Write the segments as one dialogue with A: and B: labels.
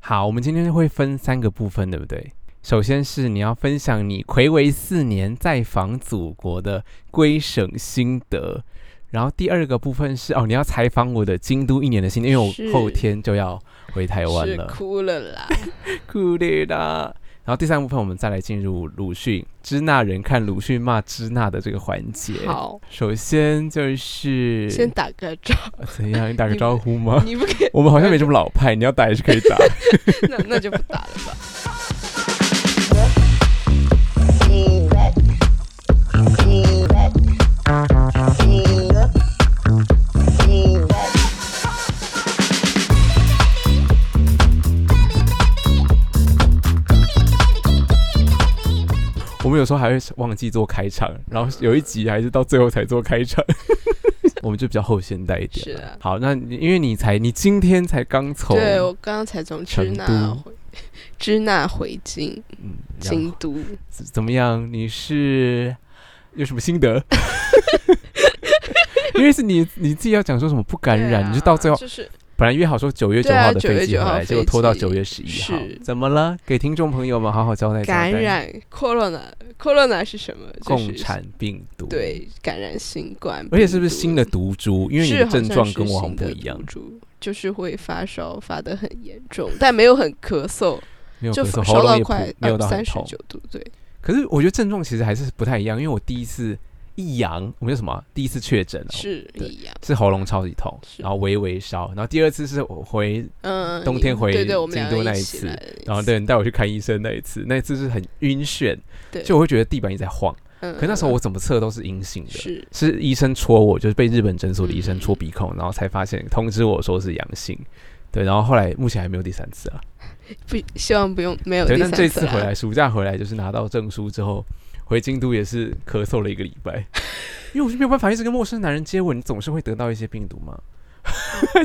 A: 好，我们今天会分三个部分，对不对？首先是你要分享你魁违四年在访祖国的归省心得，然后第二个部分是哦，你要采访我的京都一年的心得，因为
B: 是
A: 我后天就要回台湾
B: 是
A: 了，
B: 哭了啦。
A: 酷烈啦。然后第三部分，我们再来进入鲁迅支那人看鲁迅骂支那的这个环节。
B: 好，
A: 首先就是
B: 先打个招呼，
A: 呃怎样？你打个
B: 你
A: 招呼吗？
B: 你不可以，
A: 我们好像没这么老派，你要打也是可以打。
B: 那那就不打了吧。
A: 我们有时候还会忘记做开场，然后有一集还是到最后才做开场。我们就比较后现代一点 了。
B: 是啊
A: 好，那你因为你才你今天才刚从
B: 对我刚刚才从支
A: 成
B: 那
A: 都
B: 回 支那回京
A: 嗯，然
B: 京
A: 后
B: 都，
A: 怎怎么样？你是有什么心 得？因为是你你自己要讲说什么不感
B: 对
A: 染，
B: 啊
A: 你就到最后
B: 就是
A: 本来约好说九月九
B: 对啊
A: 号的
B: 9月
A: 飞机
B: 9
A: 回
B: 号
A: 来，结果
B: 飞
A: 拖到
B: 机
A: 九月十一号
B: 是，
A: 怎么了？给听众朋友们好好交代交代
B: 感染 corona corona 是什么？就
A: 共
B: 是
A: 产病毒，
B: 对感染新冠，
A: 而且是不是新的？毒株？因为你
B: 是
A: 的
B: 好
A: 症
B: 像
A: 状
B: 是
A: 跟我好像
B: 新
A: 不
B: 的
A: 一样
B: 毒，株就是会发烧，发得很严重，但没有很咳嗽，
A: 没有
B: 就
A: 咳嗽，喉
B: 烧
A: 咙
B: 到
A: 也
B: 快
A: 不没有到很
B: 三十
A: 痛。
B: 九度，对，
A: 可是我觉得症状其实还是不太一样，因为我第一次一阳，我们叫什么啊？第一次确诊、哦、
B: 是
A: 对
B: 一样。
A: 是喉咙超级痛，
B: 是
A: 然后微微烧，然后第二次是我回，
B: 嗯，
A: 冬天
B: 你
A: 回
B: 对对，我们
A: 京
B: 两
A: 都
B: 个
A: 那
B: 一
A: 一
B: 起
A: 次
B: 来的那
A: 然后
B: 一
A: 对你带我去看医生那一次，那一次是很晕眩，
B: 对
A: 就我会觉得地板一直在晃。
B: 嗯，
A: 可那时候
B: 嗯
A: 我怎么测都是阴性的，
B: 是
A: 是医生戳我，就是被日本诊所的医生
B: 嗯
A: 戳鼻孔，然后才发现通知我说是阳性。对，然后后来目前还没有第三次啊。
B: 不希望不用没有
A: 对，
B: 第
A: 但
B: 三啊
A: 这
B: 啦
A: 次回来，暑假回来就是拿到证书之后，回京都也是咳嗽了一个礼 拜，因为我是没有办法一直跟陌生男人接吻，你总是会得到一些病毒 嘛。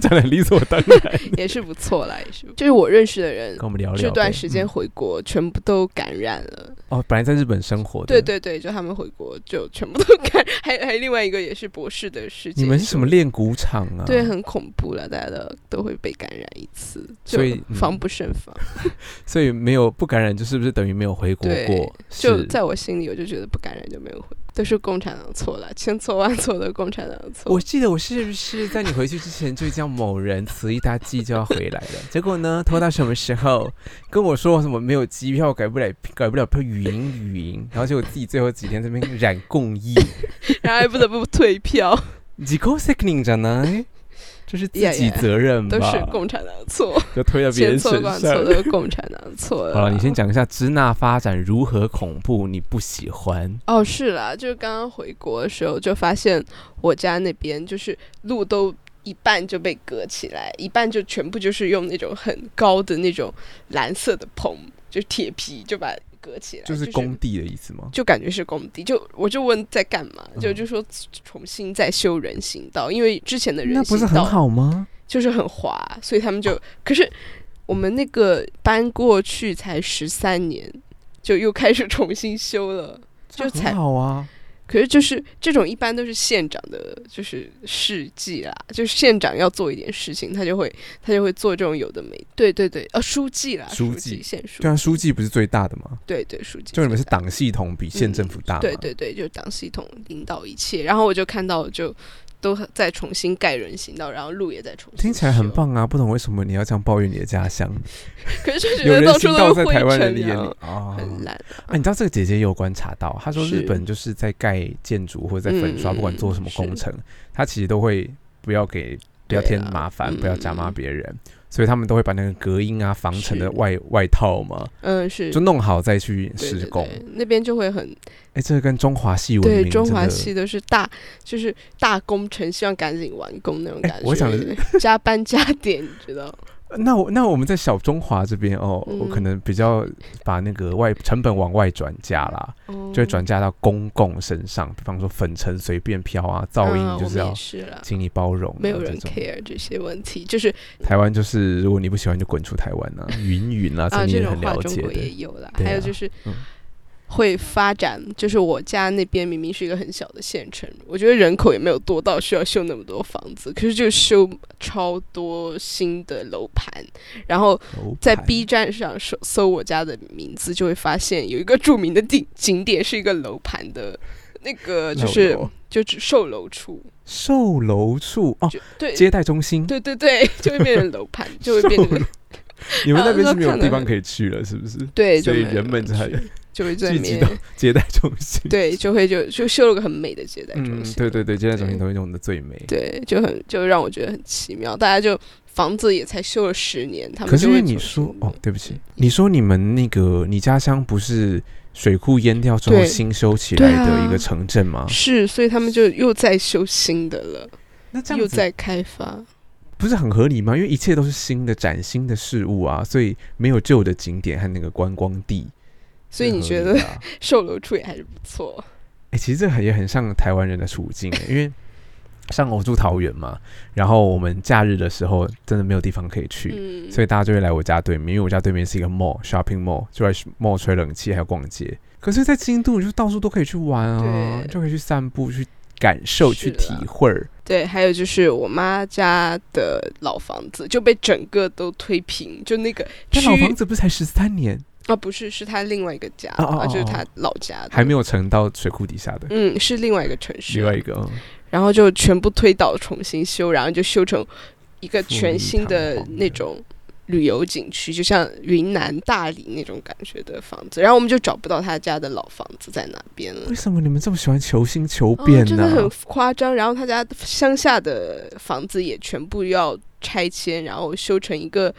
A: 讲的理所当然，
B: 也是不错啦，也是不。就是我认识的人
A: 跟，我们聊聊呗。
B: 这段时间
A: 嗯
B: 回国全部都感染了。
A: 哦，本来在日本生活的，
B: 对，对对，就他们回国就全部都感，还还另外一个也是博士的事情。
A: 你们是什么
B: 就？
A: 练鼓场啊？
B: 对，，很恐怖了，大家都都会被感染一次，就
A: 所以嗯
B: 防不胜防。
A: 所以没有不感染，就是不是等于没有回国
B: 对
A: 过？
B: 就是在我心里，我就觉得不感染就没有回，都是共产党错了，千错万错的共产党的错。
A: 我记得我是不是在你回去之前就叫某人词一大季就要回来了？ 结果呢，拖到什么时候跟我说什么没有机票，改不了改不了票，语音语音，然后结果自己最后几天这边染共 议，
B: 然后还不得不退票，
A: 自己 sickening じゃない？这是自
B: Yeah,
A: 己
B: yeah.
A: 责任嗯吧
B: 都是共产党的错，
A: 就推到别
B: 千
A: 人
B: 错
A: 身
B: 万
A: 上
B: 错。都 是共产党的错了啦。
A: 好了，你先讲一下支那发展如何恐怖，你不喜欢？
B: 哦，是啦，就是刚刚回国的时候，就发现我家那边就是路都一半就被隔起来，一半就全部就是用那种很高的那种蓝色的棚，就是铁皮就把它隔起来，
A: 就是工地的意思吗？
B: 就感觉是工地，就我就问在干嘛，就
A: 嗯
B: 就说重新再修人行道，因为之前的人
A: 那
B: 行道
A: 不是很好吗？
B: 就是很滑，所以他们就可是我们那个搬过去才十三年，就又开始重新修了。
A: 这
B: 就
A: 很
B: 才
A: 好啊。
B: 可是就是这种一般都是县长的，就是事迹啦，就是县长要做一点事情，他就会他就会做这种有的没。对对对，呃，书记啦，
A: 书
B: 书
A: 记
B: 县书，
A: 对啊，书记不是最大的吗？
B: 对对书记，
A: 就你们是党系统比县政府大吗？
B: 嗯对对对，就是党系统领导一切。然后我就看到就都在重新盖人行道，然后路也在重新，
A: 听起来很。棒啊！不懂为什么你要这样抱怨你的家乡，
B: 可是就觉
A: 有
B: 得
A: 人
B: 到处
A: 行
B: 都
A: 道
B: 是
A: 在
B: 灰
A: 台湾人的
B: 尘，
A: 眼
B: 然
A: 里
B: 后
A: 啊。
B: 很烂。
A: 啊，你知道这个姐姐也有观察到，她说日
B: 是
A: 本就是在盖建筑或者在粉刷，
B: 嗯
A: 不管做什么工程，她其实都会不要给不要
B: 对
A: 添
B: 啦
A: 麻烦，
B: 嗯
A: 不要加码别人，所以他们都会把那个隔音啊、防尘的外外套嘛，
B: 嗯，是
A: 就弄好再去
B: 对
A: 施
B: 对
A: 工。
B: 对那边就会很
A: 哎，这个跟中华系文
B: 对，
A: 明
B: 中华
A: 真的
B: 系都是大，就是大工程，希望赶紧完工那种
A: 哎
B: 感觉。
A: 我想的
B: 加班加点，你 知道？
A: 那我那我们在小中华这边哦，我可
B: 嗯
A: 能比较把那个外成本往外转嫁啦，
B: 哦嗯
A: 就会转嫁到公共身上，比方说粉尘随便飘啊，噪
B: 嗯
A: 音就是
B: 我们
A: 要
B: 也是啦，
A: 请你包容啊、
B: 没有人
A: 这种
B: care 这些问题，就是
A: 台湾就是如果你不喜欢就滚出台湾啊，云云啊，
B: 啊，
A: 你
B: 这
A: 也
B: 种
A: 很
B: 话
A: 了
B: 中
A: 解
B: 国
A: 的
B: 也。有啦。
A: 对
B: 还有
A: 啊
B: 就是
A: 嗯，
B: 会发展，就是我家那边明明是一个很小的县城，我觉得人口也没有多到需要修那么多房子，可是就修超多新的楼盘，然后
A: 楼
B: 在
A: 盘
B: B 站上搜搜我家的名字，就会发现有一个著名的景景点是一个楼盘的，那个就
A: 漏
B: 是
A: 楼
B: 就是售楼处，
A: 售楼处哦，
B: 就对
A: 接待中心。
B: 对对对，就会变成楼 盘，就会变
A: 售
B: 成
A: 楼你们那边
B: 啊
A: 是没有
B: 那看
A: 地
B: 了
A: 方可以去了，是不是？
B: 对，
A: 所
B: 就
A: 以
B: 没
A: 人
B: 有
A: 们才
B: 去就会在
A: 聚
B: 里
A: 集
B: 面
A: 到 接待中心。
B: 对，就会就就修了个很美的接待中
A: 嗯，
B: 心，
A: 对对对，接待中心
B: 对
A: 都会用的最美。
B: 对，就很就让我觉得很奇妙，大家就房子也才修了十年，他们
A: 可是
B: 就
A: 因
B: 会
A: 为你
B: 重
A: 说
B: 新
A: 哦
B: 弄，
A: 对不起，你说你们那个你家乡不是水库淹掉之后
B: 对
A: 新修起
B: 对
A: 来的一
B: 啊
A: 个城镇吗？
B: 是，所以他们就又在修新的了，
A: 那这
B: 又
A: 样子
B: 在开发。
A: 不是很合理吗？因为一切都是新的、崭新的事物啊，所以没有旧的景点和那个观光地。
B: 所以你觉得
A: 是合理的啊？
B: 售楼处也还是不错，
A: 哎、其实这很也很像台湾人的处境、欸，因为像我住桃园嘛，然后我们假日的时候真的没有地方可以去，
B: 嗯，
A: 所以大家就会来我家对面，因为我家对面是一个 mall shopping mall，就在 mall 吹冷气还有逛街。可是，在京都你就到处都可以去玩啊，
B: 对
A: 就可以去散步、去感受、去
B: 是
A: 体
B: 啦
A: 会儿。
B: 对，还有就是我妈家的老房子就被整个都推平，就那个
A: 但
B: 区
A: 老房子不是才十三年，
B: 啊，不是，是她另外一个家，
A: 哦哦
B: 啊，就是
A: 哦哦
B: 她老家的
A: 还没有沉到水库底下的。
B: 嗯，是另外一个城市
A: 另，外一个，嗯
B: 然后就全部推倒重新修，然后就修成一个
A: 富丽
B: 全新
A: 堂
B: 的
A: 皇的
B: 那种旅游景区，就像云南大理那种感觉的房子。然后我们就找不到他家的老房子在哪边了
A: 为。什么你们这么喜欢求新求
B: 哦
A: 变
B: 真
A: 呢、
B: 的很夸张。然后他家乡下的房子也全部要拆迁，然后修成一个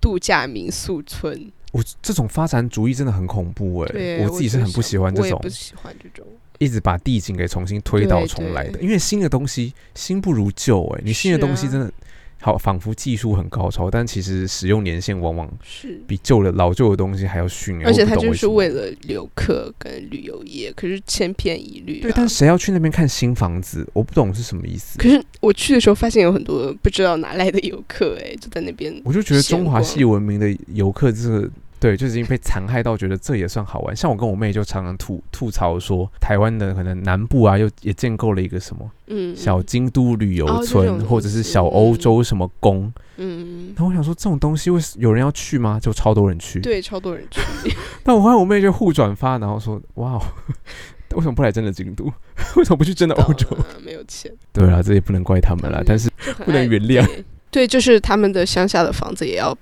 B: 度假民宿村。
A: 我这种发展主义真的很恐怖哎、
B: 对，
A: 我
B: 我
A: 自己是
B: 就
A: 很不
B: 想
A: 喜欢这
B: 我也
A: 种
B: 不喜欢这种。
A: 一直把地景给重新推倒
B: 对
A: 重来的，
B: 对
A: 因为新的东西新不如旧哎、你新的
B: 是啊
A: 东西真的好，仿佛技术很高超，但其实使用年限往往
B: 是，
A: 比旧的老旧的东西还要逊哎、
B: 而且
A: 我不
B: 他
A: 懂
B: 就
A: 为
B: 是
A: 什么
B: 为了游客跟旅游业，可是千篇一律、啊。
A: 对，但谁要去那边看新房子？我不懂是什么意思。
B: 可是我去的时候发现有很多不知道哪来的游客，哎，就在那边。
A: 我就觉得
B: 闲
A: 中华
B: 逛
A: 系文明的游客就是对，就已经被残害到觉得这也算好玩。像我跟我妹就常常吐吐槽说，台湾的可能南部啊，又也建构了一个什么
B: 嗯，
A: 小京都旅
B: 哦
A: 游
B: 这
A: 村，
B: 种东
A: 或者是
B: 西
A: 小欧
B: 嗯
A: 洲什么宫。
B: 嗯，
A: 然后我想说，这种东西为什有人要去吗？就超多人去。
B: 对，超多人去，
A: 但我发现我妹就互转发，然后说：“哇哦， 为什么不来真的京都？ 为什么不去真的欧洲
B: 到了啊没有钱，？”
A: 对啦，这也不能怪他们啦，但是
B: 就很
A: 不能
B: 爱
A: 原谅。
B: 对对，就是他们的乡下的房子也要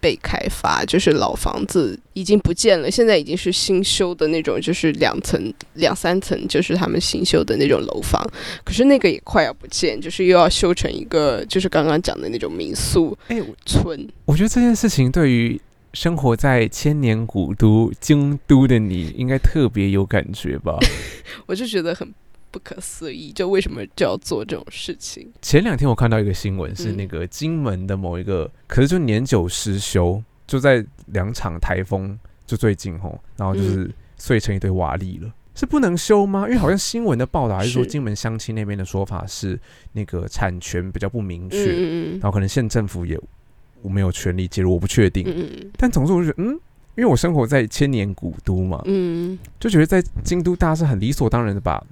B: 被开发，就是老房子已经不见了，现在已经是新修的那种，就是两层、两三层，就是他们新修的那种楼房。可是那个也快要不见，就是又要修成一个，就是刚刚讲的那种民宿
A: 哎、我
B: 村。
A: 我觉得这件事情对于生活在千年古都京都的你，应该特别有感觉吧？
B: 我就觉得很不可思议，就为什么就要做这种事情？
A: 前两天我看到一个新闻，是
B: 嗯
A: 那个金门的某一个，可是就年久失修，就在两场台风就最近吼，然后就是
B: 嗯
A: 碎成一堆瓦砾了。是不能修吗？因为好像新闻的报道还是说，
B: 是
A: 金门乡亲那边的说法是那个产权比较不明确，
B: 嗯嗯
A: 然后可能县政府也我没有权利介入，我不确定。
B: 嗯嗯
A: 但总之我就觉得，嗯，因为我生活在千年古都嘛，
B: 嗯，
A: 就觉得在京都，大家是很理所当然的把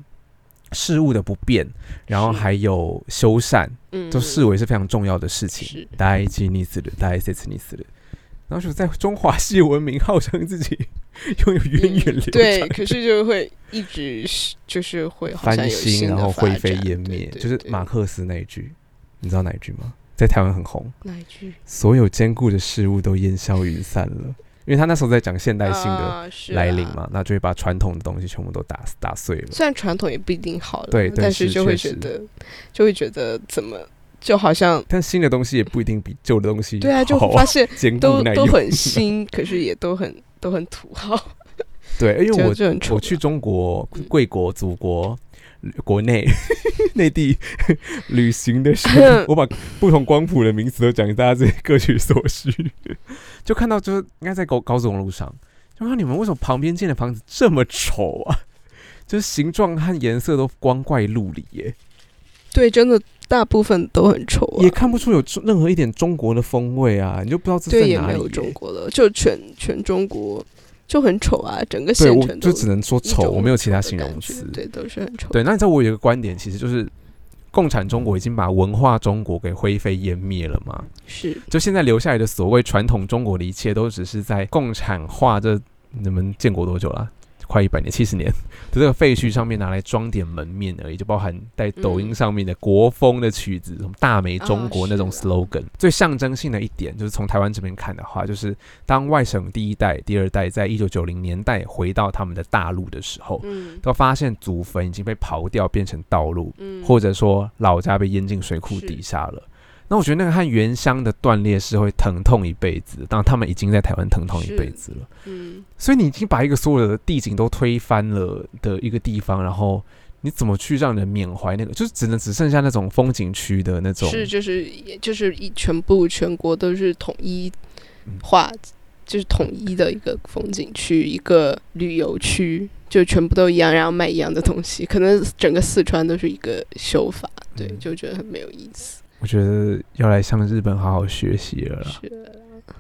A: 事物的不变，然后
B: 是
A: 还有修缮，
B: 嗯，
A: 都视为是非常重要的事情。
B: 是
A: 大一基尼斯的，大一塞次尼斯的，然后就在中华系文明号称自己 拥有源远流长、
B: 嗯对，可是就会一直是就是会好像
A: 翻
B: 有
A: 新，
B: 新的
A: 然后
B: 发
A: 灰飞
B: 展
A: 烟
B: 对
A: 灭，
B: 对
A: 就是
B: 对
A: 马克思那一句，你知道哪一句吗？在台湾很红，
B: 哪一句
A: 所有坚固的事物都烟消云散了，因为他那时候在讲现代性的
B: 啊是
A: 来临
B: 啊
A: 嘛，那就会把传统的东西全部都打打碎了。
B: 虽然传统也不一定好了，
A: 对对
B: 但
A: 是
B: 是就会
A: 确
B: 觉
A: 实
B: 得就会觉得怎么就好像
A: 但新的东西也不一定比旧的东西
B: 对啊，就
A: 好
B: 发现
A: 坚固
B: 都
A: 耐
B: 都
A: 用。
B: 很新，可是也都很都很土豪，
A: 对，因为
B: 就
A: 我
B: 就很
A: 我
B: 丑
A: 去
B: 了
A: 中国
B: 嗯
A: 贵国祖国国 内内地旅行的时
B: 嗯
A: 候，我把不同光谱的名词都讲给大家，自己各取所 需。就看到就是应该在高高速公路上，就看你们为什么旁边建的房子这么丑啊？ 就是形状和颜色都光怪陆离耶，
B: 对，真的大部分都很丑啊
A: 也。看不出有中任何一点中国的风味啊！你就不知道这
B: 对，
A: 在
B: 也
A: 哪
B: 没
A: 里
B: 有
A: 耶。
B: 中国的，就全全中国就很丑啊，整个
A: 对
B: 县
A: 我
B: 城都
A: 就只能说
B: 一
A: 丑，
B: 种
A: 我没有
B: 很
A: 其他
B: 丑的
A: 形容
B: 感觉
A: 词。
B: 对，都是很丑。
A: 对，那你知道我有一个观点，其实就是共产中国已经把文化中国给灰飞烟灭了嘛。
B: 是
A: 就现在留下来的所谓传统中国的一切，都只是在共产化这你们建国多久了？快一百年，七十年的这个废墟上面拿来装点门面而已，就包含在抖音
B: 嗯
A: 上面的国风的曲子，什么大美中国
B: 啊
A: 那种
B: 是啊
A: slogan。最象征性的一点，就是从台湾这边看的话，就是当外省第一代、第二代在一九九零年代回到他们的大陆的时候，
B: 嗯
A: 都发现祖坟已经被刨掉，变成道路，
B: 嗯，
A: 或者说老家被淹进水库底下了。那我觉得那个和原乡的断裂是会疼痛一辈子，当然他们已经在台湾疼痛一辈子了。
B: 嗯
A: 所以你已经把一个所有的地景都推翻了的一个地方，然后你怎么去让人缅怀那个？就是只能只剩下那种风景区的那种，
B: 是就是也就是一全部全国都是统一
A: 嗯
B: 化，就是统一的一个风景区，一个旅游区，就全部都一样，然后卖一样的东西，可能整个四川都是一个修法，对，
A: 嗯
B: 就觉得很没有意思。
A: 我觉得要来向日本好好学习了啦。
B: 是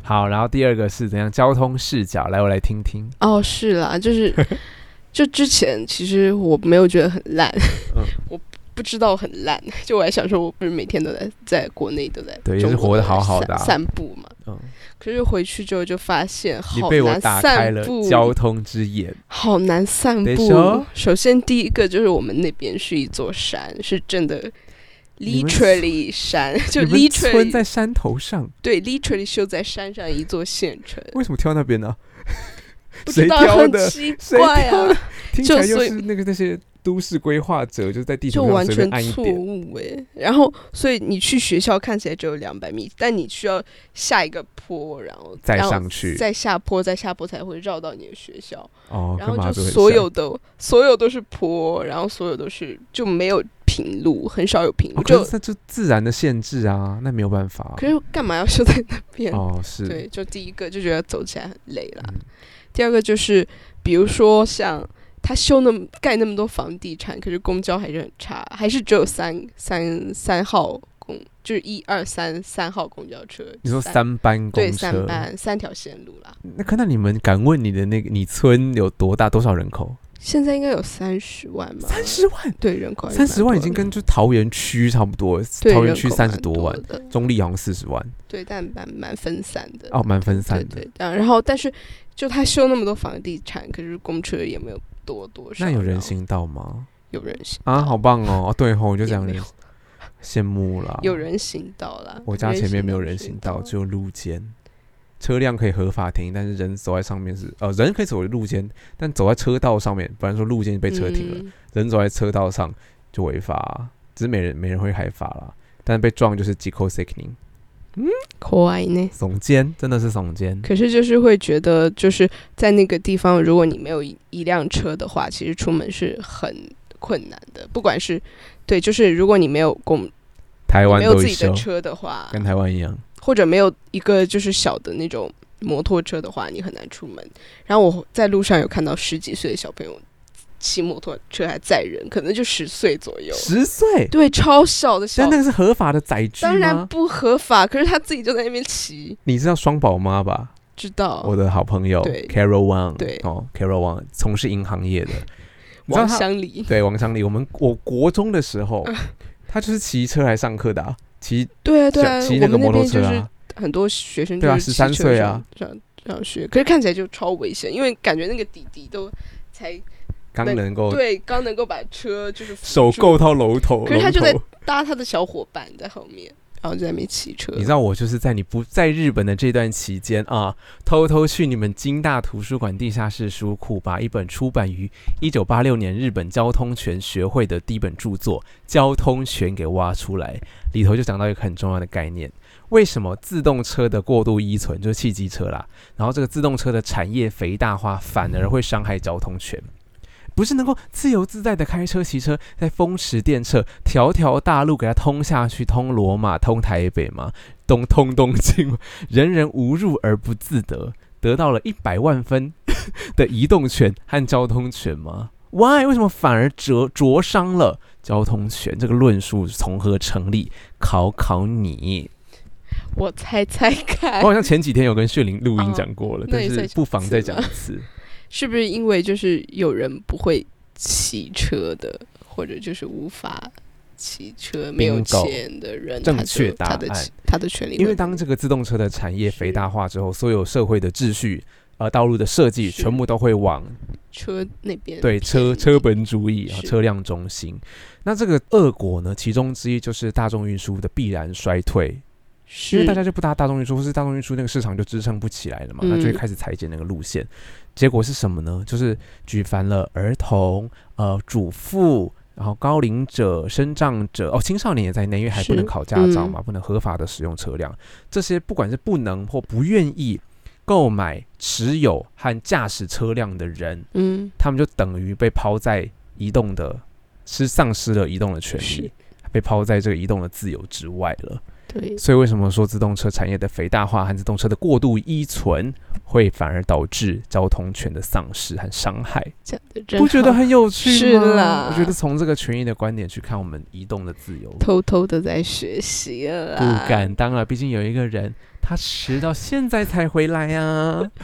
A: 好，然后第二个是怎样交通视角？来，我来听听。
B: 哦，是啦，就是 就之前其实我没有觉得很烂，
A: 嗯
B: 我不知道很烂，就我还想说，我不是每天都在在国内都在
A: 对也
B: 中
A: 是
B: 国
A: 活得
B: 都在
A: 好好
B: 散
A: 的啊
B: 散步嘛。
A: 嗯，
B: 可是回去之后就发现
A: 你
B: 好
A: 被我
B: 难
A: 打开
B: 散
A: 了
B: 步，
A: 交通之眼。
B: 好难散
A: 得
B: 步
A: 说。
B: 首先第一个就是我们那边是一座山，是真的
A: 你们
B: literally 山， 就
A: 你们村
B: literally
A: 在山头上，
B: 对 literally 修在山上一座县 城，
A: 为什么挑那边呢、
B: 不
A: 谁
B: 知道
A: 挑
B: 很
A: 的
B: 奇
A: 谁
B: 怪
A: 挑
B: 啊
A: 的。听起来
B: 就
A: 又
B: 所以
A: 是那个那些都市规划者，就是在地
B: 就
A: 图上
B: 完
A: 随
B: 全
A: 便按一
B: 错
A: 点。
B: 误哎、然后，所以你去学校看起来只有两百米，但你需要下一个坡，然后
A: 再
B: 然后
A: 上去
B: 再下坡，再下坡才会绕到你的学校。
A: 哦，
B: 然
A: 跟马
B: 后
A: 祖
B: 就
A: 很
B: 所
A: 像
B: 有的所有都是坡，然后所有都是就没有平路，很少有平路。
A: 哦
B: 就
A: 可是那就自然的限制啊，那没有办法啊、
B: 可是干嘛要修在那边？
A: 哦，是
B: 对，就第一个就觉得走起来很累啦。
A: 嗯
B: 第二个就是，比如说像他修那么盖那么多房地产，可是公交还是很差，还是只有三三三号公，就是一二三三号公交车。
A: 你说三班公
B: 对
A: 车，
B: 三班三条线路啦，
A: 那看到你们敢问你的那个你村有多大，多少人口？
B: 现在应该有三十万吧？
A: 三十万，
B: 对人口还是
A: 三十
B: 哦蛮
A: 万已
B: 多
A: 经
B: 的
A: 跟就桃园区差不多，
B: 对
A: 桃
B: 人
A: 园区
B: 口
A: 三十
B: 蛮
A: 多
B: 多
A: 万，
B: 的，
A: 中立好像四十万，
B: 对，但蛮蛮分散的。
A: 哦，蛮分散的。
B: 对对，但然后但是就他修那么多房地产，可是公车也没有多多少。
A: 那有
B: 然
A: 人
B: 后
A: 行道吗？
B: 有人行
A: 啊，好棒哦！哦对吼，我就
B: 也
A: 这样
B: 没
A: 认
B: 有
A: 识羡慕啦。
B: 有，人行道啦。
A: 哦我家前面没有人行道，
B: 道
A: 只有路肩。车辆可以合法停，但是人走在上面是呃，人可以走在路肩，但走在车道上面，不然说路肩被车停了，
B: 嗯
A: 人走在车道上就违法、啊，只是没人没人会害罚啦。但是被撞就是几扣 sickening，
B: 怖いね。
A: 耸肩真的是耸肩。
B: 可是就是会觉得，就是在那个地方，如果你没有一一辆车的话，其实出门是很困难的。不管是对，就是如果你没有公
A: 台湾
B: 没有
A: 都
B: 自
A: 一
B: 己的
A: 修，
B: 车的话，
A: 跟台湾一样。
B: 或者没有一个就是小的那种摩托车的话，你很难出门。然后我在路上有看到十几岁的小朋友骑摩托车还载人，可能就十岁左右，
A: 十岁，
B: 对，超小的小
A: 但那，个是合法的载具
B: 当然
A: 吗？
B: 不合法，可是他自己就在那边骑，
A: 你知道双宝妈吧？
B: 知道
A: 我的好朋友
B: 对
A: Carol Wang，
B: 对
A: 哦，Carol Wang 从事银行业的，你知道
B: 王
A: 他
B: 乡里，
A: 对王香丽，我们我国中的时候
B: 嗯，
A: 他就是骑车来上课的、啊，骑
B: 对啊对啊，
A: 小骑那
B: 我
A: 个
B: 们
A: 摩
B: 那
A: 托
B: 边就
A: 车
B: 是
A: 啊，
B: 很多学生就
A: 对啊
B: 是骑
A: 13
B: 车
A: 岁啊
B: 上上上学，可是看起来就超危险，因为感觉那个弟弟都才
A: 刚
B: 对
A: 能够
B: 对刚能够把车就是扶
A: 手
B: 住
A: 够到楼头，
B: 可是他就
A: 龙
B: 在
A: 头
B: 搭他的小伙伴在后面，然后就在那边骑车。
A: 你知道我就是在你不在日本的这段期间啊，偷偷去你们京大图书馆地下室书库，把一本出版于一九八六年日本交通权学会的第一本著作《交通权》给挖出来，里头就讲到一个很重要的概念。为什么自动车的过度依存就是汽机车啦？然后这个自动车的产业肥大化，反而会伤害交通权。不是能够自由自在的开车、骑车， 在风驰电掣，条条大路给它通下去，通罗马、通台北吗？东通东京，人人无入而不自得，得到了一百万分的移动权和交通权吗？Why？为什么反而折灼伤了交通权？这个论述从何成立？考考你，
B: 我猜猜看
A: 我，好像前几天有跟炫玲录音讲过了，
B: 哎哦那
A: 但
B: 也
A: 是
B: 算是
A: 不妨
B: 一次
A: 再
B: 了
A: 讲一次。
B: 是不是因为就是有人不会骑车的，或者就是无法骑车、没有
A: Bingo
B: 钱的 人，
A: 正
B: 他就
A: 确答
B: 他的
A: 案
B: 他的权利会
A: 因为
B: 被
A: 当这个自动车的产业肥
B: 是
A: 大化之后，所有社会的秩序。呃，道路的设计
B: 是
A: 全部都会往
B: 车那边
A: 对车
B: 偏
A: 车本主义啊，
B: 是
A: 车辆中心。那这个恶果呢，其中之一就是大众运输的必然衰退，因
B: 是
A: 为大家就不搭大众运输，或是大众运输那个市场就支撑不起来了嘛，那就会
B: 嗯
A: 开始裁减那个路线。结果是什么呢？就是举凡了儿童、呃主妇，然后高龄者、生障者，哦青少年也在内，因为还不能
B: 是嗯
A: 考驾照嘛，不能合法的使用车辆。这些不管是不能或不愿意购买、持有和驾驶车辆的人，
B: 嗯
A: 他们就等于被抛在移动的，是丧失了移动的权利
B: 是，
A: 被抛在这个移动的自由之外了。
B: 对
A: 所以为什么说自动车产业的肥大化和自动车的过度依存，会反而导致交通权的丧失和伤害？
B: 讲的真
A: 不觉得
B: 好
A: 很有趣吗？
B: 是啦
A: 我觉得从这个权益的观点去看我们移动的自由，
B: 偷偷的在学习了
A: 不
B: 啦，
A: 敢当了。毕竟有一个人他迟到现在才回来呀、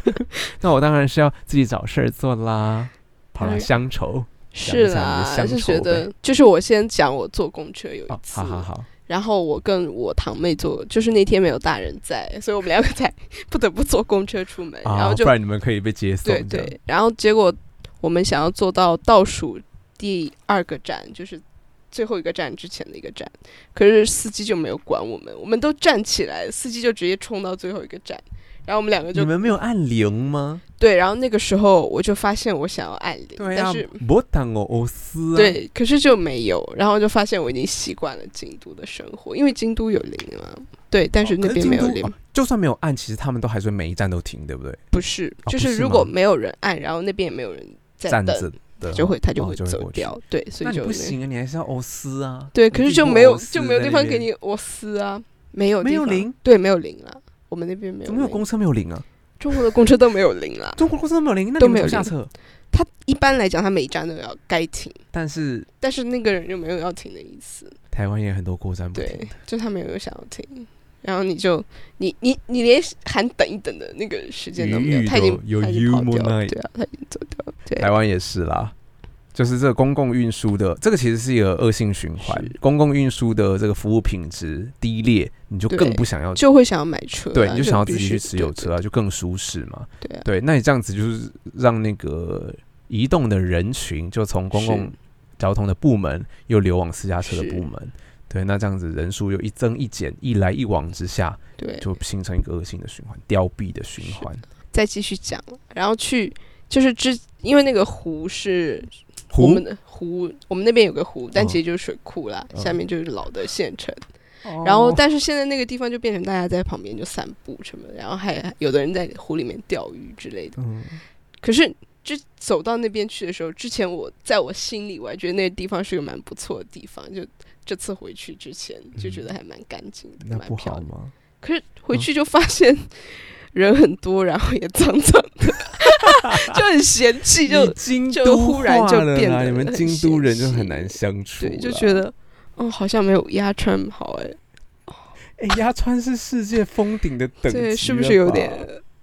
A: 那我当然是要自己找事儿做啦。好
B: 当
A: 了，
B: 然
A: 乡愁想一想你
B: 是
A: 的
B: 啦，
A: 乡
B: 是
A: 愁
B: 觉得就是我先讲我坐公车有
A: 哦
B: 一，次，
A: 好好好，
B: 然后我跟我堂妹坐，就是那天没有大人在，所以我们两个才不得不坐公车出门，然
A: 啊
B: 后就
A: 不然你们可以被接送
B: 对
A: 这样。
B: 对，然后结果我们想要坐到倒数第二个站，就是最后一个站之前的一个站，可是司机就没有管我们，我们都站起来，司机就直接冲到最后一个站，然后我们两个
A: 你
B: 就
A: 们没有按铃吗？
B: 对，然后那个时候我就发现我想要按铃，
A: 对啊
B: 但是，
A: 不当我欧斯啊。
B: 对，可是就没有，然后就发现我已经习惯了京都的生活，因为京都有铃嘛，对，但
A: 哦
B: 是
A: 可
B: 那
A: 是
B: 边
A: 京
B: 没有
A: 都
B: 铃
A: 哦，就算没有按，其实他们都还是每一站都停，对不对？
B: 不是，
A: 哦
B: 就
A: 不
B: 是
A: 是
B: 如果
A: 吗
B: 没有人按，然后那边也没有人在
A: 站
B: 等，
A: 着的
B: 就会他就
A: 哦
B: 会
A: 就会
B: 走
A: 过去
B: 掉，对，所
A: 那
B: 以
A: 你
B: 就
A: 不
B: 那个
A: 行啊，你还是要欧丝啊。
B: 对，
A: 你
B: 可是
A: 自己
B: 就
A: 不
B: 没有
A: 欧丝
B: 就没有
A: 在
B: 地
A: 那
B: 方给
A: 边，
B: 你我撕啊，没有地
A: 没有
B: 方
A: 铃，
B: 对，没有铃了，我们那边没有
A: 怎么没有
B: 铃
A: 公车没有铃啊？
B: 中国的公车都没有铃了，
A: 中国公车都没有铃，那
B: 都
A: 你们
B: 没
A: 怎
B: 有
A: 么下
B: 铃
A: 车？
B: 他一般来讲他每一站都要该停，
A: 但是
B: 但是那个人就没有要停的意思，
A: 台湾也很多过站不停
B: 对，，就他没有想要停。然后你就你你你连喊等一等的那个时间都没
A: 余
B: 有，
A: 裕
B: 他已经
A: 都有
B: 他已经跑
A: humor
B: 掉了，
A: night
B: 对啊，他已经走掉了，对
A: 台湾也是啦。就是这个公共运输的，这个其实是一个恶性循环
B: 是。
A: 公共运输的这个服务品质低劣，你就
B: 对
A: 更不想要
B: 就会想要买车啊，
A: 对，你就想要自
B: 必
A: 己去
B: 须
A: 持有，车啊，就更舒适嘛。
B: 对对啊，
A: 对，那你这样子就是让那个移动的人群就从公共
B: 是
A: 交通的部门又流往私家车的
B: 是
A: 部门，对，那这样子人数又一增一减，一来一往之下，
B: 对，
A: 就形成一个恶性的循环，凋敝的循环。
B: 再继续讲了，然后去就是之，因为那个湖是我
A: 湖
B: 们的湖，我们那边有个湖，但
A: 嗯
B: 其实就是水库啦，
A: 嗯
B: 下面就是老的县城。然后，
A: 哦
B: 但是现在那个地方就变成大家在旁边就散步什么的，然后还有的人在湖里面钓鱼之类的。
A: 嗯，
B: 可是之走到那边去的时候，之前我在我心里我还觉得那个地方是个蛮不错的地方，就这次回去之前就觉得还蛮干净的，
A: 那
B: 蛮
A: 不
B: 漂
A: 好
B: 亮的。
A: 吗？
B: 可是回去就发现人很多，然后也脏脏 的，就很嫌弃，就
A: 你京
B: 就
A: 都
B: 忽然就
A: 化了
B: 变
A: 啦
B: 得
A: 你们
B: 很
A: 京
B: 嫌
A: 都人就很
B: 弃
A: 难相处啦，
B: 对，就觉得嗯，好像没有鸭川好哎，
A: 哎，鸭川是世界峰顶的等级了吧，
B: 对，是不是有点，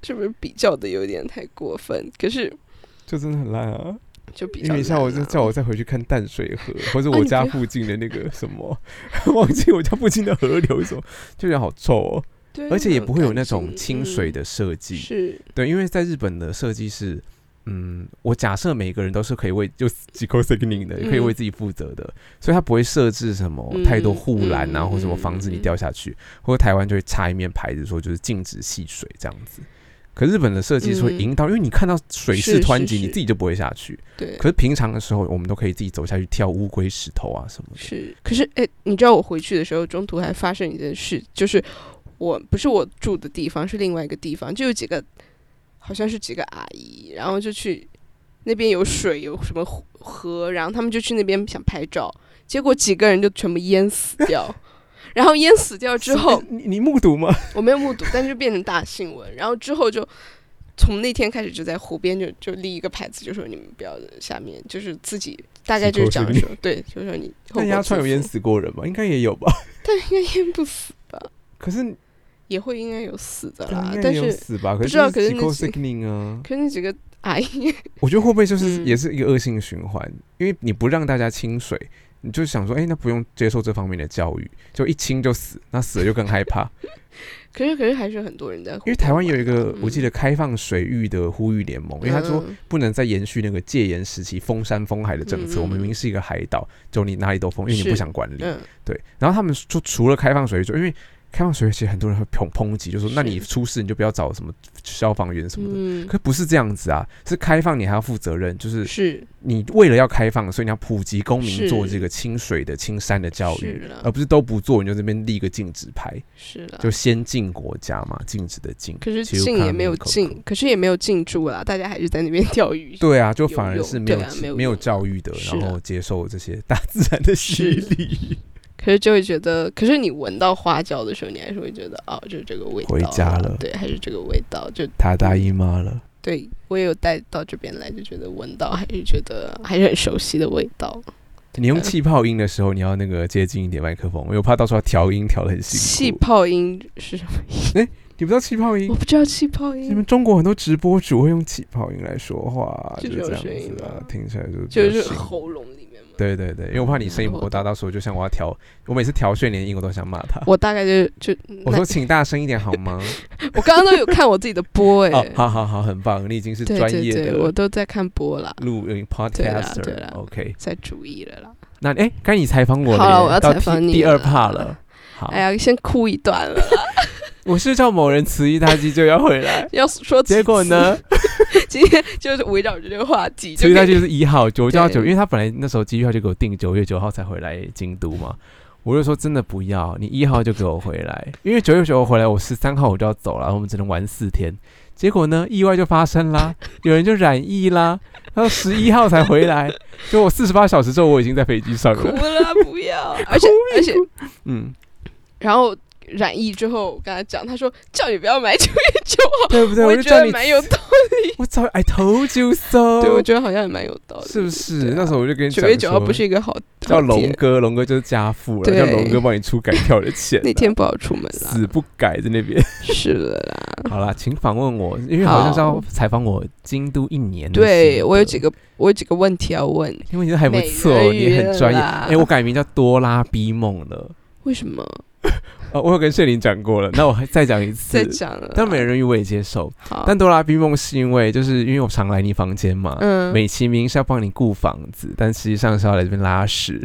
B: 是不是比较的有点太过分？可是
A: 就真的很烂啊？
B: 就比
A: 因
B: 较
A: 为像我就
B: 难啊
A: 叫我再回去看淡水河，或者
B: 哦
A: 我
B: 你
A: 家
B: 不要
A: 附近的那个什么， 忘记我家附近的河流什么，就觉得好臭哦，
B: 对
A: 而且也不会有那
B: 很
A: 种
B: 干净
A: 清水的设
B: 嗯
A: 计。
B: 是
A: 对，因为在日本的设计是，嗯，我假设每个人都是可以为就几口 s i g n i n g 的，也可以
B: 嗯
A: 为自己负责的，所以他不会设置什么太多
B: 嗯
A: 护栏啊，
B: 嗯
A: 或什么防止你掉下去，或者台湾就会插一面牌子说就是禁止戏水这样子。可日本的设计是会
B: 嗯
A: 引导，因为你看到水势
B: 是
A: 湍
B: 是
A: 急，你
B: 是
A: 自己就不会下去。
B: 对
A: 可。是平常的时候，我们都可以自己走下去跳乌龟、石头啊什么的。
B: 是，可是哎，你知道我回去的时候，中途还发生一件事，就是我不是我住的地方，是另外一个地方，就有几个好像是几个阿姨，然后就去那边有水，有什么湖河，然后他们就去那边想拍照，结果几个人就全部淹死掉。 然后淹死掉之后，
A: 你你目 睹吗？
B: 我没有目睹，但就变成大新闻。然后之后就从那天开始就在湖边就就立一个牌子，就说你们不要下面，就是自己大概就是讲说，对，就说你
A: 那
B: 后果
A: 鸭川
B: 自
A: 有淹
B: 负
A: 死过人吗？应该也有吧。
B: 但应该淹不死吧？
A: 可是
B: 也会应该有死的
A: 他
B: 啦
A: 应，该
B: 啊但
A: 也有
B: 是
A: 死吧？可
B: 不知道
A: 就是
B: 可是那
A: Chico
B: 几
A: sickening 啊，
B: 可是那几个阿姨，
A: 我觉得会不会就是
B: 嗯
A: 也是一个恶性循环？因为你不让大家清水，你就想说，哎、那不用接受这方面的教育，就一清就死，那死了就更害 怕。
B: 可是可是还是有很多人在互动啊，
A: 因为台湾有一个
B: 嗯
A: 我记得开放水域的呼吁联盟，因为他说
B: 嗯
A: 不能再延续那个戒严时期封山封海的政策。
B: 嗯嗯
A: 我们明明是一个海岛，就你哪里都封，因为你
B: 是
A: 不想管理。
B: 嗯
A: 对，然后他们就除了开放水域之外，就因为开放水域其实很多人会抨抨击，就说
B: 是
A: 那你出事你就不要找什么消防员什么的。
B: 嗯
A: 可不是这样子啊，是开放你还要负责任，就是
B: 是
A: 你为了要开放，所以你要普及公民
B: 是
A: 做这个清水的清山的教育
B: 是啦，
A: 而不是都不做你就这边立个禁止牌，
B: 是了，
A: 就先进国家嘛，禁止的禁。
B: 可是
A: Chiu
B: 进
A: Kang
B: 也没有
A: Coco
B: 进，可是也没有进驻啦，大家还是在那边钓鱼。
A: 对啊，就
B: 有
A: 反而
B: 用
A: 是没
B: 对
A: 有
B: 啊
A: 教
B: 没有
A: 没有
B: 用
A: 教育的，
B: 是
A: 然
B: 啊
A: 后接受这些大自然的洗
B: 是
A: 礼。
B: 可是就会觉得，可是你闻到花椒的时候，你还是会觉得哦，就是这个味道
A: 回
B: 啦。
A: 家了
B: 对，还是这个味道。就
A: 他大姨妈
B: 嗯
A: 了，
B: 对我也有带到这边来，就觉得闻到还是觉得还是很熟悉的味道。
A: 你用气泡音的时候，你要那个接近一点麦克风，因为我怕到时候要调音调的很
B: 气
A: 辛苦。
B: 泡音是什么？
A: 你不知道气泡音
B: 我？不知道气泡
A: 你
B: 音
A: 们，中国很多直播主会用气泡音来说话，
B: 就
A: 就是
B: 有
A: 这样
B: 声音
A: 子啊
B: 吗，
A: 听起来就是
B: 就
A: 比较
B: 是
A: 辛苦
B: 喉咙里面嘛。
A: 对对对，因为我怕你声音
B: 嗯
A: 颇大，到时候就像我要调，我每次调训练音，我都想骂 他。
B: 我大概就就
A: 我
B: 嗯那
A: 说请大声一点好 吗？
B: 我刚刚都有看我自己的 播哎、
A: 哦，好好好，很棒，你已经是
B: 对
A: 专
B: 对
A: 业
B: 对，我
A: 的嗯
B: 都在看播啦，
A: 录音
B: 对啦对
A: podcaster
B: 啦。
A: OK，
B: 在注意了啦。
A: 那哎，该你采访我
B: 好了我
A: 耶
B: 要
A: 到
B: 采访
A: 第
B: 你
A: 第二
B: 了
A: 趴了。好，
B: 哎呀，先哭一段 了，，
A: 我是叫某人词一大机就要回来
B: 要说几
A: 结果
B: 次
A: 呢，
B: 今天就是围绕着这个话 题，
A: 词
B: 就
A: 一
B: 是
A: 大机就是一号九加
B: 对
A: 九，因为他本来那时候机票就给我定九月九号才回来京都嘛。我就说真的不要，你一号就给我回来，因为九月九号回来，我十三号我就要走了，我们只能玩四天。结果呢，意外就发生 啦，有人就染疫啦，他说十一号才回来，就我四十八小时之后我已经在飞机上
B: 哭
A: 了。
B: 了，不 要，而且而且，
A: 嗯，
B: 然后染疫之后，我跟他讲，他说叫你不要买九月九号，
A: 对不对？
B: 哦我
A: 就
B: 觉
A: 叫
B: 得
A: 你，
B: 蛮有道
A: 我早 I told you so，
B: 对，我觉得好像也蛮有道理，
A: 是不是？
B: 对啊
A: 那时候我就跟你讲
B: 九月九号
A: 说
B: 不是一个好
A: 叫
B: 好
A: 龙
B: 节
A: 哥，龙哥就是家父了，
B: 对。
A: 叫龙哥帮你出改票的钱啊
B: 那天不好出门啦，
A: 死不改在那边。
B: 是了啦。
A: 好啦，请访问我，因为好像是要
B: 好
A: 采访我京都一年嗯的心得。
B: 对我有几个我有几个问题要问，
A: 因为你还不错，
B: 美人
A: 你
B: 鱼
A: 很专业。
B: 啦
A: 哎、我改名叫多拉 B 梦了。
B: 为什么
A: 哦，我有跟谢玲讲过 了，那我还再讲一次
B: 再。讲了啦？啊
A: 但美人鱼我也接受，
B: 好，
A: 但多拉 B 梦是因为就是因为我常来你房间嘛，
B: 嗯，
A: 美其名是要帮你顾房子，但实际上是要来这边拉 屎。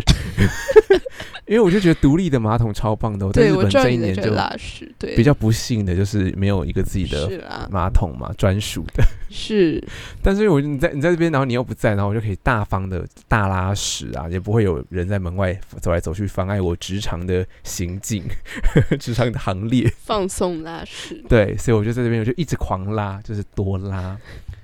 A: 因为我就觉得独立的马桶超棒的，我在
B: 对
A: 日
B: 我
A: 本
B: 知道
A: 这一
B: 你在
A: 年
B: 这
A: 就
B: 拉屎，对，
A: 比较不幸的就是没有一个自己的
B: 是啦，
A: 马桶嘛，专属的。
B: 是
A: 但是我你在你在这边，然后你又不在，然后我就可以大方的大拉屎啊，也不会有人在门外走来走去妨碍我职场的行 进、职场的行列。
B: 放松 拉屎，
A: 对，所以我就在这边，我就一直狂拉，就是多拉。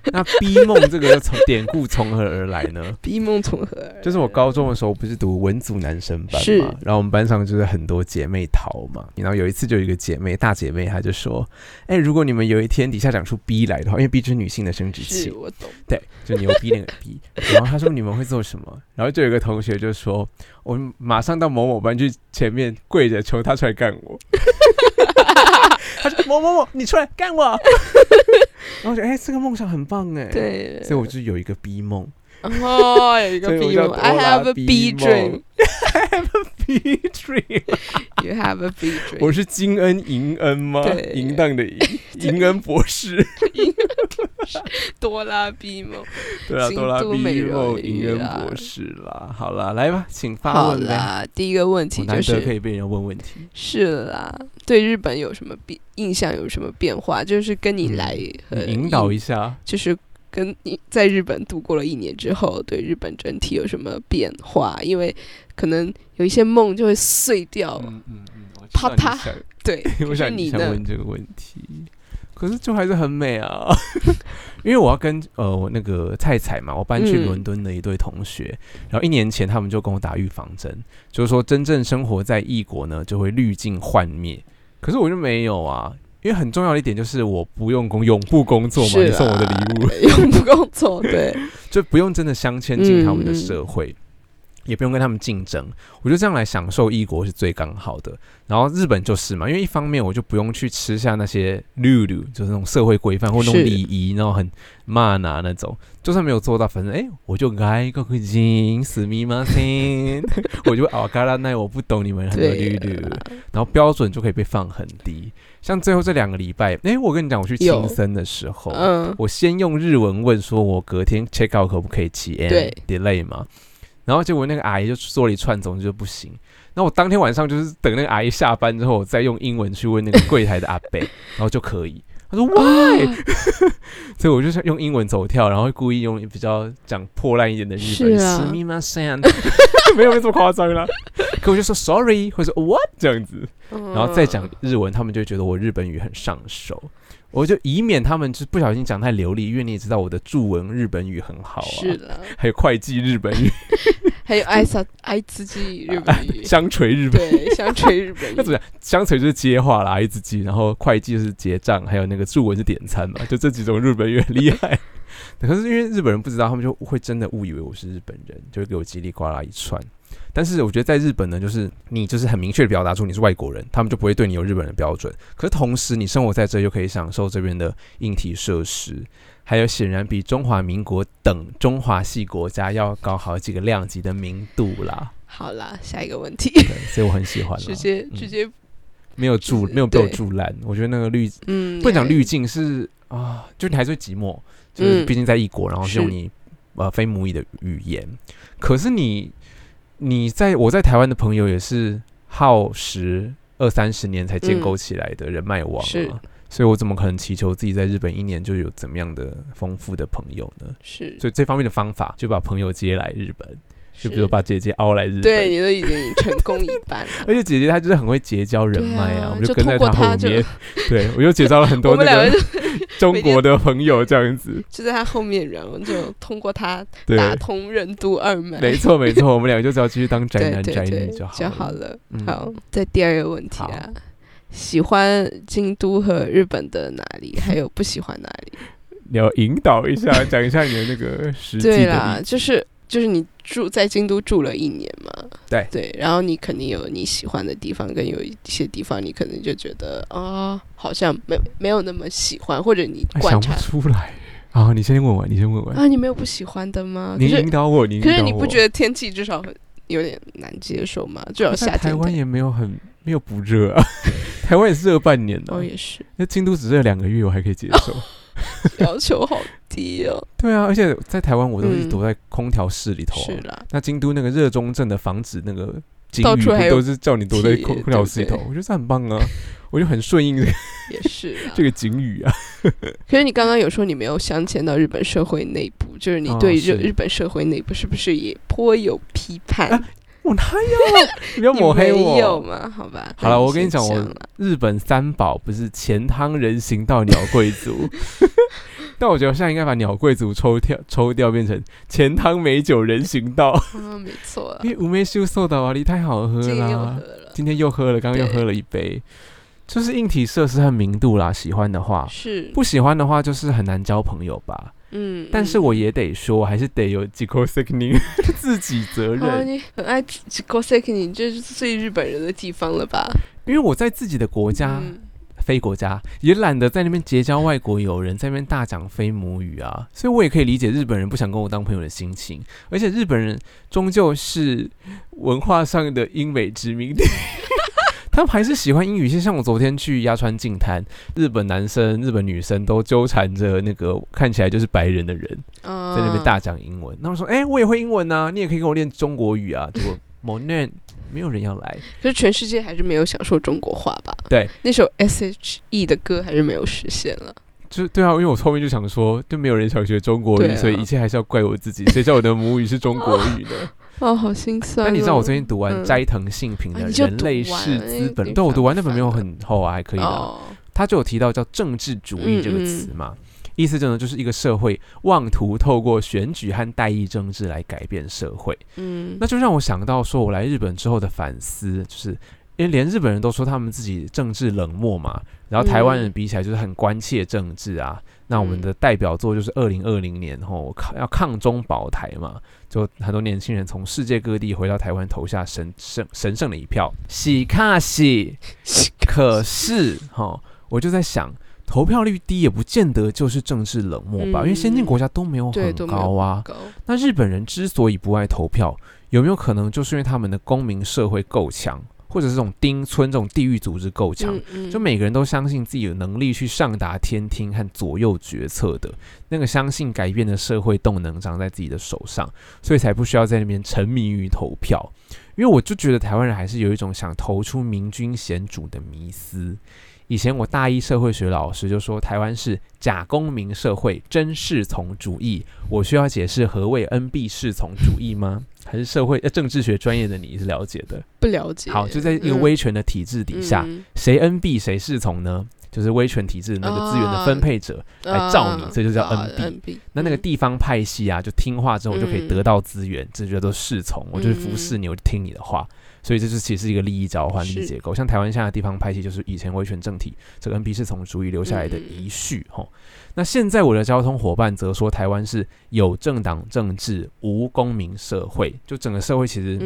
A: 那 B 梦这个又从典故从何而来呢？
B: 逼梦从何而 来？
A: 就是我高中的时候不是读文组男生班
B: 是
A: 嘛，然后我们班上就是很多姐妹淘嘛，然后有一次就有一个姐妹大姐妹，她就说，哎、如果你们有一天底下长出 B 来的话，因为 B 就是女性的生殖
B: 是
A: 器，
B: 我懂，
A: 对，就牛逼那个 B，然后她说你们会做什么？然后就有一个同学就说， 我们马上到某某班去前面跪着求他出来干 我，他说某某某你出来干 我，然后我觉得哎、这个梦想很棒哎，，
B: 对，
A: 所以我就有一个 B 梦。
B: 哦，有一个
A: 所以
B: B
A: 我叫
B: 梦，I
A: 多
B: have
A: 拉
B: a
A: B
B: B
A: 梦
B: dream,
A: B dream，
B: you have a B dream。
A: 我是金恩银恩吗
B: 对？
A: 淫荡的 淫，银恩博士，
B: 多拉 B 梦。
A: 对啊，
B: 京
A: 多拉
B: 都
A: B
B: 美人
A: 梦
B: 鱼
A: 银恩
B: 啊
A: 博士啦。好啦，来吧，请发
B: 好
A: 问呗。
B: 啦，第一个问
A: 我
B: 题就
A: 难得可
B: 是
A: 以被人家问问题，
B: 是啦，对日本有什么变印象有什么变化？就是跟你
A: 嗯
B: 来和
A: 你引导
B: 一，
A: 一下。
B: 就是。跟你在日本度过了一年之后，对日本整体有什么变化？因为可能有一些梦就会碎掉，
A: 嗯嗯嗯，我知
B: 啪
A: 道你
B: 啪
A: 想。
B: 对
A: 我
B: 哦可是
A: 想
B: 你
A: 想
B: 呢？
A: 问这个问题，可是就还是很美啊， 因为我要跟呃我那个菜菜嘛，我搬去
B: 嗯
A: 伦敦的一对同学，然后一年前他们就跟我打预防针，就是说真正生活在异国呢，就会滤镜幻灭，可是我就没有啊。因为很重要的一点就是我不用工，永不工作嘛，
B: 是啊
A: 你送我的
B: 啦
A: 礼物，
B: 永不工作，对，嗯
A: 就不用真的相牵进他们的社会。也不用跟他们竞争，我就这样来享受异国是最刚好的。然后日本就是嘛，因为一方面我就不用去吃下那些绿绿，就是那种社会规范或那种
B: 是
A: 礼仪，然后很骂拿那种，就算没有做到，反正哎、我就外国人，死咪嘛先， 我就啊嘎啦奈，我不懂你们很多
B: 对
A: 绿绿， 然后标准就可以被放很低。像最后这两个礼拜，哎、我跟你讲，我去
B: 有
A: 青森的时候，
B: 嗯，
A: 我先用日文问说，我隔天 check out 可不可以起 n
B: 对
A: delay 嘛？然后结果那个阿姨就说了一串，总之就不行。那我当天晚上就是等那个阿姨下班之后，我再用英文去问那个柜台的阿 伯，然后就可以。他说
B: 哦
A: why？、所以我就是用英文走跳，然后故意用比较讲破烂一点的日本，
B: 是啊
A: 死密码 n 没有没有这么夸张啦。可我就说 sorry，或者说 what 这样子。然后再
B: 嗯
A: 讲日文，他们就会觉得我日本语很上手，我就以免他们就是不小心讲太流利，因为你也知道我的注文日本语很好啊，
B: 是了，
A: 还有会计日本语，
B: 还有爱撒爱自己日本语，
A: 香锤日本。
B: 对，像吹日本
A: 啊那怎
B: 语，
A: 么讲？香锤就是接话啦，一字记，然后会计就是结账，还有那个注文是点餐嘛，就这几种日本语很厉害。可是因为日本人不知道，他们就会真的误以为我是日本人，就会给我叽里呱啦一串。但是我觉得在日本呢，就是你就是很明确的表达出你是外国人，他们就不会对你有日本人的标准。可是同时，你生活在这又可以享受这边的硬体设施，还有显然比中华民国等中华系国家要高好几个量级的明度啦。
B: 好啦，下一个问题，
A: 对，所以我很喜欢啦。
B: 直接直
A: 嗯
B: 接，
A: 没有住，
B: 就是
A: 没有被我
B: 对
A: 住烂。我觉得那个滤
B: 嗯，
A: 不能讲滤镜是啊，就你还是会寂寞，就是
B: 嗯
A: 毕竟在异国，然后是
B: 是
A: 用你呃非母语的语言。可是你你在我在台湾的朋友也是耗时二三十年才建
B: 嗯
A: 构起来的人脉网
B: 是
A: 啊，所以我怎么可能祈求自己在日本一年就有怎么样的丰富的朋友呢？
B: 是，
A: 所以这方面的方法就把朋友接来日本，就是比如把姐姐凹来日本，
B: 对，你都已经成功一半了。
A: 而且姐姐她就是很会结交人脉
B: 对啊
A: 我就
B: 就
A: 跟在
B: 透过
A: 后
B: 她就
A: 面， 对我就结交了很多
B: 我
A: 那
B: 们两
A: 个
B: 个就
A: 中国的朋友这样 子。
B: 就在他后面，然后就通过他
A: 对，
B: 打通任督二脉，
A: 没错没错，我们两个就只要继续当宅
B: 对
A: 男
B: 对
A: 宅
B: 对
A: 女就好
B: 就
A: 了。
B: 好了。
A: 嗯
B: 好，再第二个问题啊，喜欢京都和日本的哪里？还有不喜欢哪里？
A: 你要引导一下，讲一下你的那个实际
B: 对
A: 的
B: 啦
A: 例，子。
B: 就是就是你住在京都住了一年嘛，
A: 对
B: 对，然后你肯定有你喜欢的地方，跟有一些地方你可能就觉得啊、好像没没有那么喜欢，或者你
A: 哎
B: 观
A: 想不
B: 察
A: 出来啊！你先问完，你先问完。
B: 啊，你没有不喜欢的吗？可
A: 你
B: 是
A: 引导我，你引导
B: 可
A: 我。
B: 是你不觉得天气至少很有点难接受吗？至少
A: 在
B: 夏
A: 台
B: 天
A: 湾
B: 的
A: 也没有很没有不热啊？ 台湾也是热 半年呢
B: 哦，。也是
A: 那京都只热两个月，我还可以接 受。
B: 要求好低哦。
A: 对啊，而且在台湾我都是
B: 嗯
A: 躲在空调室里头啊。
B: 是啦，
A: 那京都那个热衷症的防止那个警
B: 到
A: 语
B: 处
A: 不
B: 还有
A: 都是叫你躲在
B: 贴
A: 空空
B: 对
A: 调
B: 不
A: 室里头
B: 对？
A: 我觉得这很棒啊， 我就很顺应这 个
B: 也是啦
A: 。这个警语 啊。
B: 可是你刚刚有说你没有镶嵌到日本社会内部，就是你
A: 哦
B: 对
A: 是
B: 日日本社会内部是不是也颇有批判？
A: 啊我哪有？ 你不要
B: 你
A: 抹黑
B: 没有
A: 我。
B: 嘛？好吧。
A: 好
B: 那
A: 了，我跟
B: 先
A: 你讲，
B: 讲
A: 我
B: 啦
A: 日本三宝不是钱汤人行道鸟贵族， 但我觉得我现在应该把鸟贵族抽掉，抽掉变成钱汤美酒人行 道，
B: 啊，没错 啊，
A: 因为五梅修寿的瓦力太好喝
B: 今天又
A: 啦
B: 喝。了，
A: 今天又喝了，刚刚又
B: 对
A: 喝了一杯，就是硬体设施和明度啦。喜欢的话，
B: 是
A: 不喜欢的话就是很难交朋友吧。
B: 嗯，
A: 但是
B: 嗯
A: 我也得说，我还是得有几口 s i c k i n 自己责
B: 哦，
A: 任，
B: 你很爱 g o s e k 你这是最日本人的地方了吧？
A: 因为我在自己的国家、
B: 嗯
A: 非国家，也懒得在那边结交外国友人，在那边大讲非母语啊，所以我也可以理解日本人不想跟我当朋友的心情。而且日本人终究是文化上的英美殖民 地。他们还是喜欢英语，就像我昨天去鸭川近滩，日本男生、日本女生都纠缠着那个看起来就是白人的人，
B: 啊
A: 在
B: 嗯
A: 那边大讲英文。那我说，哎、我也会英文啊，你也可以跟我练中国语啊。结 果某念没有人要来，
B: 可是全世界还是没有享受中国化吧？
A: 对，
B: 那首 S.H.E 的歌还是没有实现了。
A: 就是对啊，因为我后面就想说，就没有人想学中国语，
B: 对啊
A: 所以一切还是要怪我自己。谁叫我的母语是中国语 呢？
B: 哦，好心
A: 但
B: 酸、哦。
A: 你知道我最近读完
B: 嗯
A: 斋藤信平的
B: 啊你
A: 《
B: 就
A: 人类
B: 读完
A: 是
B: 了
A: 资本》，
B: 你
A: 对我读完那
B: 翻
A: 本没有
B: 翻
A: 很厚啊，还可以啦。
B: 哦，嗯
A: 他就有提到叫政治主义这个词嘛，意思真的就是一个社会妄图透过选举和代议政治来改变社会。
B: 嗯，
A: 那就让我想到说，我来日本之后的反思，就是因为连日本人都说他们自己政治冷漠嘛，然后台湾人比起来就是很关切政治啊。那我们
B: 嗯
A: 的代表作就是二零二零年吼抗要抗中保台嘛，就很多年轻人从世界各地回到台湾投下神圣神圣的一票，喜卡喜。可是哈，我就在想，投票率低也不见得就是政治冷漠吧，
B: 嗯
A: 因为先进国家都没有
B: 对
A: 很
B: 都没有
A: 高啊。
B: 高
A: 那日本人之所以不爱投票，有没有可能就是因为他们的公民社会够强，或者是这种町村这种地域组织够强？
B: 嗯嗯
A: 就每个人都相信自己有能力去上达天听和左右决策的那个相信改变的社会动能长在自己的手上，所以才不需要在那边沉迷于投票。因为我就觉得台湾人还是有一种想投出明君贤主的迷思。以前我大一社会学老师就说，台湾是假公民社会，真侍从主义。我需要解释何谓 NB 侍从主义吗？还是社会、呃、政治学专业的你是了解的？
B: 不了解。
A: 好，就在一个威权的体制底下，
B: 嗯
A: 谁 NB 谁侍从呢？就是威权体制那个资源的分配者，
B: 嗯
A: 来照你
B: 啊
A: 这就叫
B: 啊
A: NB
B: NB
A: 那那个
B: 嗯
A: 地方派系啊，就听话之后就可以得到资源，这就叫做侍
B: 嗯
A: 从，我就是服侍你，我就听你的话。所以这就是其实是一个利益交换、利
B: 是
A: 益结构。像台湾现在的地方派系，就是以前威权政体这个 NB 侍从主义留下来的遗绪
B: 嗯
A: 吼。那现在我的交通伙伴则说，台湾是有政党政治，无公民社会，就整个社会其实
B: 嗯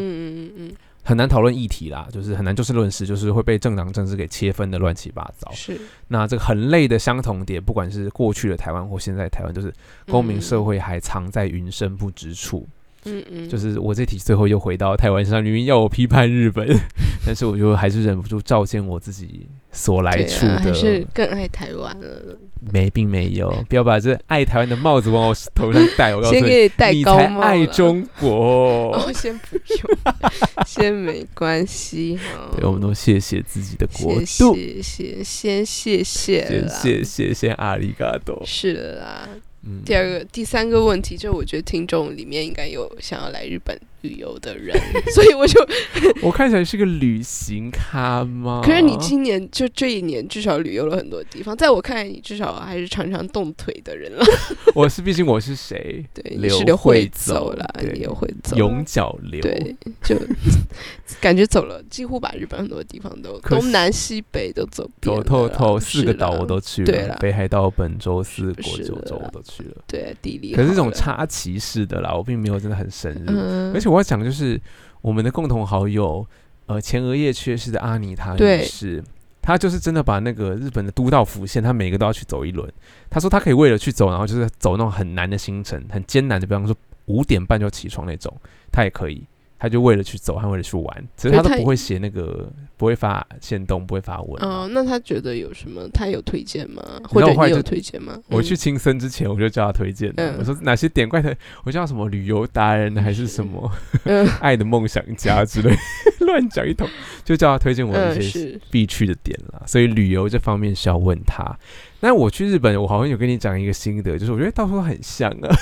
B: 嗯嗯
A: 很难讨论议题啦，就是很难就事论事，就是会被政党政治给切分的乱七八糟
B: 嗯，。是
A: 那这个很累的相同点，不管是过去的台湾或现在的台湾，就是公民社
B: 会，
A: 会还藏在云深不知处。
B: 嗯嗯，
A: 就是我这题最后又回到台湾上，明明要我批判日本， 但是我就还是忍不住照见我自己所来
B: 对
A: 处
B: 啊，还
A: 的
B: 是。更爱台湾了。
A: 没，并没有，不要把这爱台湾的帽子往我头上戴。我告诉
B: 先
A: 你，
B: 给你戴
A: 你
B: 高
A: 才
B: 帽
A: 爱
B: 了，
A: 中国。
B: 哦，先不用，先没关 系哈。
A: 对，我们都谢谢自己的国
B: 谢
A: 度，
B: 谢谢先谢谢
A: 谢
B: 啦，
A: 谢谢谢阿里嘎多。
B: 是的啦。
A: 嗯，
B: 第二个、第三个问题，就我觉得听众里面应该有想要来日本旅游 的人，所以我就，
A: 我看起来是个旅行咖吗？
B: 可是你今年就这一年至少旅游了很多地方，在我看来，你至少还是常常动腿的人 了。
A: 我是毕竟我是谁？
B: 对，你是
A: 刘
B: 刘
A: 慧
B: 慧走啦，
A: 对
B: 刘慧走，
A: 永角流。
B: 对，就 感觉走了，几乎把日本很多地方都
A: 可是
B: 东南西北都走遍
A: 走
B: 了
A: 透
B: 啦
A: 透，四个岛我。
B: 是啦
A: 都去
B: 对
A: 了
B: 啦，
A: 北海道、本州、四国、
B: 是
A: 九州
B: 啦
A: 我都去了。
B: 对，地理。
A: 可是这种，插旗式的啦，我并没有真的很深入。
B: 嗯，
A: 而且我要讲的就是我们的共同好友，呃，前额叶缺失的阿尼塔
B: 对
A: 女士。她就是真的把那个日本的都道府县，她每个都要去走一轮。她说她可以为了去走，然后就是走那种很难的行程，很艰难的，比方说五点半就起床那种，她也可以。她就为了去走，她为了去玩，只是
B: 对
A: 她都
B: 她
A: 不会写那个，不会发现动，不会发文嘛。
B: 哦，那他觉得有什么？他有推荐吗？
A: 你知
B: 或
A: 道
B: 者
A: 我后来
B: 你有
A: 就
B: 推荐吗？
A: 我
B: 嗯
A: 去青森之前，我就叫他推荐的、
B: 嗯
A: 我说哪些点怪的，我叫什么旅游达人还是什么
B: 嗯
A: 爱的梦想家之类， 乱讲一通，就叫他推荐我一
B: 嗯
A: 些
B: 是
A: 必去的点啦。所以旅游这方面是要问他。那我去日本，我好像有跟你讲一个心得，就是我觉得到处都很像啊，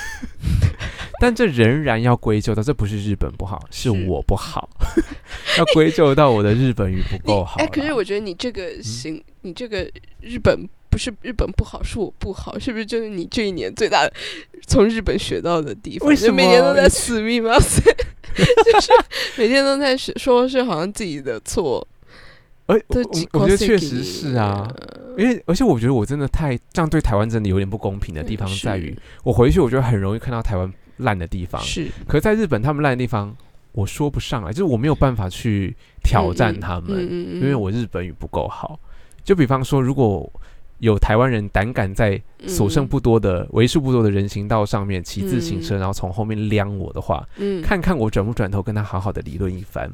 A: 但这仍然要归咎到这不是日本不好，是
B: 是
A: 我不好， 要归咎到我的日本语不够哦好啦。嗯
B: 哎，可是我觉得你这个行，你这个日本不是日本不好，是我不好，是不是？就是你这一年最大的从日本学到的地方，
A: 为
B: 就
A: 什
B: 每年都
A: 么
B: 在死 命嘛， 就是每天都在学说是好像自己的错，
A: 而
B: 都
A: 哎我
B: 几
A: 我我觉得
B: 高兴
A: 确
B: 给
A: 实
B: 你
A: 是啊。
B: 呃
A: 因为而且我觉得我真的太这样对台湾真的有点不公平的地方
B: 嗯是
A: 在于，我回去我觉得很容易看到台湾烂的地方，
B: 是
A: 可是在日本他们烂的地方我说不上来，就是我没有办法去挑战
B: 嗯
A: 他们，
B: 嗯嗯嗯，
A: 因为我日本语不够好。就比方说，如果有台湾人胆敢在
B: 嗯
A: 所剩不多的、为数不多的人行道上面骑自行车，然后从后面撩我的话，
B: 嗯嗯，嗯
A: 看看我转不转头跟他好好的理论一番。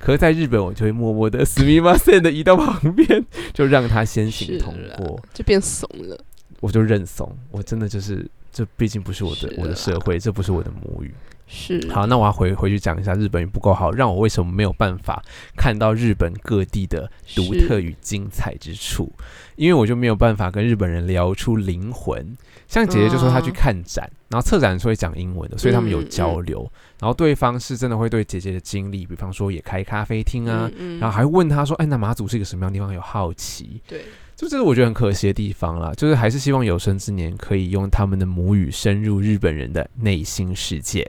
A: 可是在日本，我就会默默的死命马森的移到旁边，就让他先行
B: 是
A: 通
B: 啦
A: 过，
B: 就变怂了。
A: 我就认怂。我真的就是，这毕竟不是我的
B: 是
A: 我的
B: 啦
A: 社会，这不是我的母语。
B: 是
A: 好，那我要回回去讲一下日本语不够好，让我为什么没有办法看到日本各地的独
B: 是
A: 特与精彩之处，因为我就没有办法跟日本人聊出灵魂。像姐姐就说她去
B: 嗯
A: 看展，然后策展是会讲英文的，所以他们有
B: 嗯嗯
A: 交流。然后对方是真的会对姐姐的经历，比方说也开咖啡厅啊，，
B: 嗯嗯
A: 然后还问她说：“哎，那马祖是一个什么样的地方？”有好奇，
B: 对，
A: 就这是我觉得很可惜的地方啦。就是还是希望有生之年可以用他们的母语深入日本人的内心世界。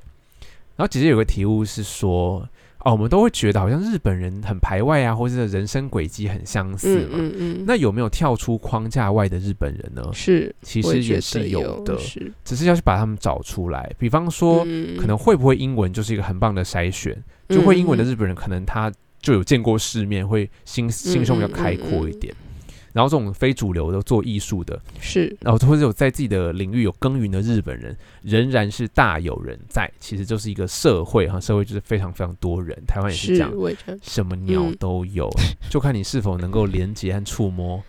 A: 然后姐姐有个题目是说，哦，我们都会觉得好像日本人很排外啊，或者人生轨迹很相似
B: 嗯
A: 嘛。
B: 嗯嗯，
A: 那有没有跳出框架外的日本人呢？
B: 是
A: 其
B: 我
A: 实
B: 觉
A: 也是
B: 得
A: 有
B: 有
A: 的，
B: 是
A: 只是要去把他们找出来。比方说，
B: 嗯
A: 可能会不会英文就是一个很棒的筛选，就会英文的
B: 嗯
A: 日本人可能他就有见过世面，会心心胸比较开阔一点。然后这种非主流的做艺术的，
B: 是
A: 然后或者有在自己的领域有耕耘的日本人，仍然是大有人在。其实就是一个社会哈，社会就是非常非常多人，台湾也是这样
B: 是，，我也觉得
A: 什么鸟
B: 嗯
A: 都有， 就看你是否能够连接和触摸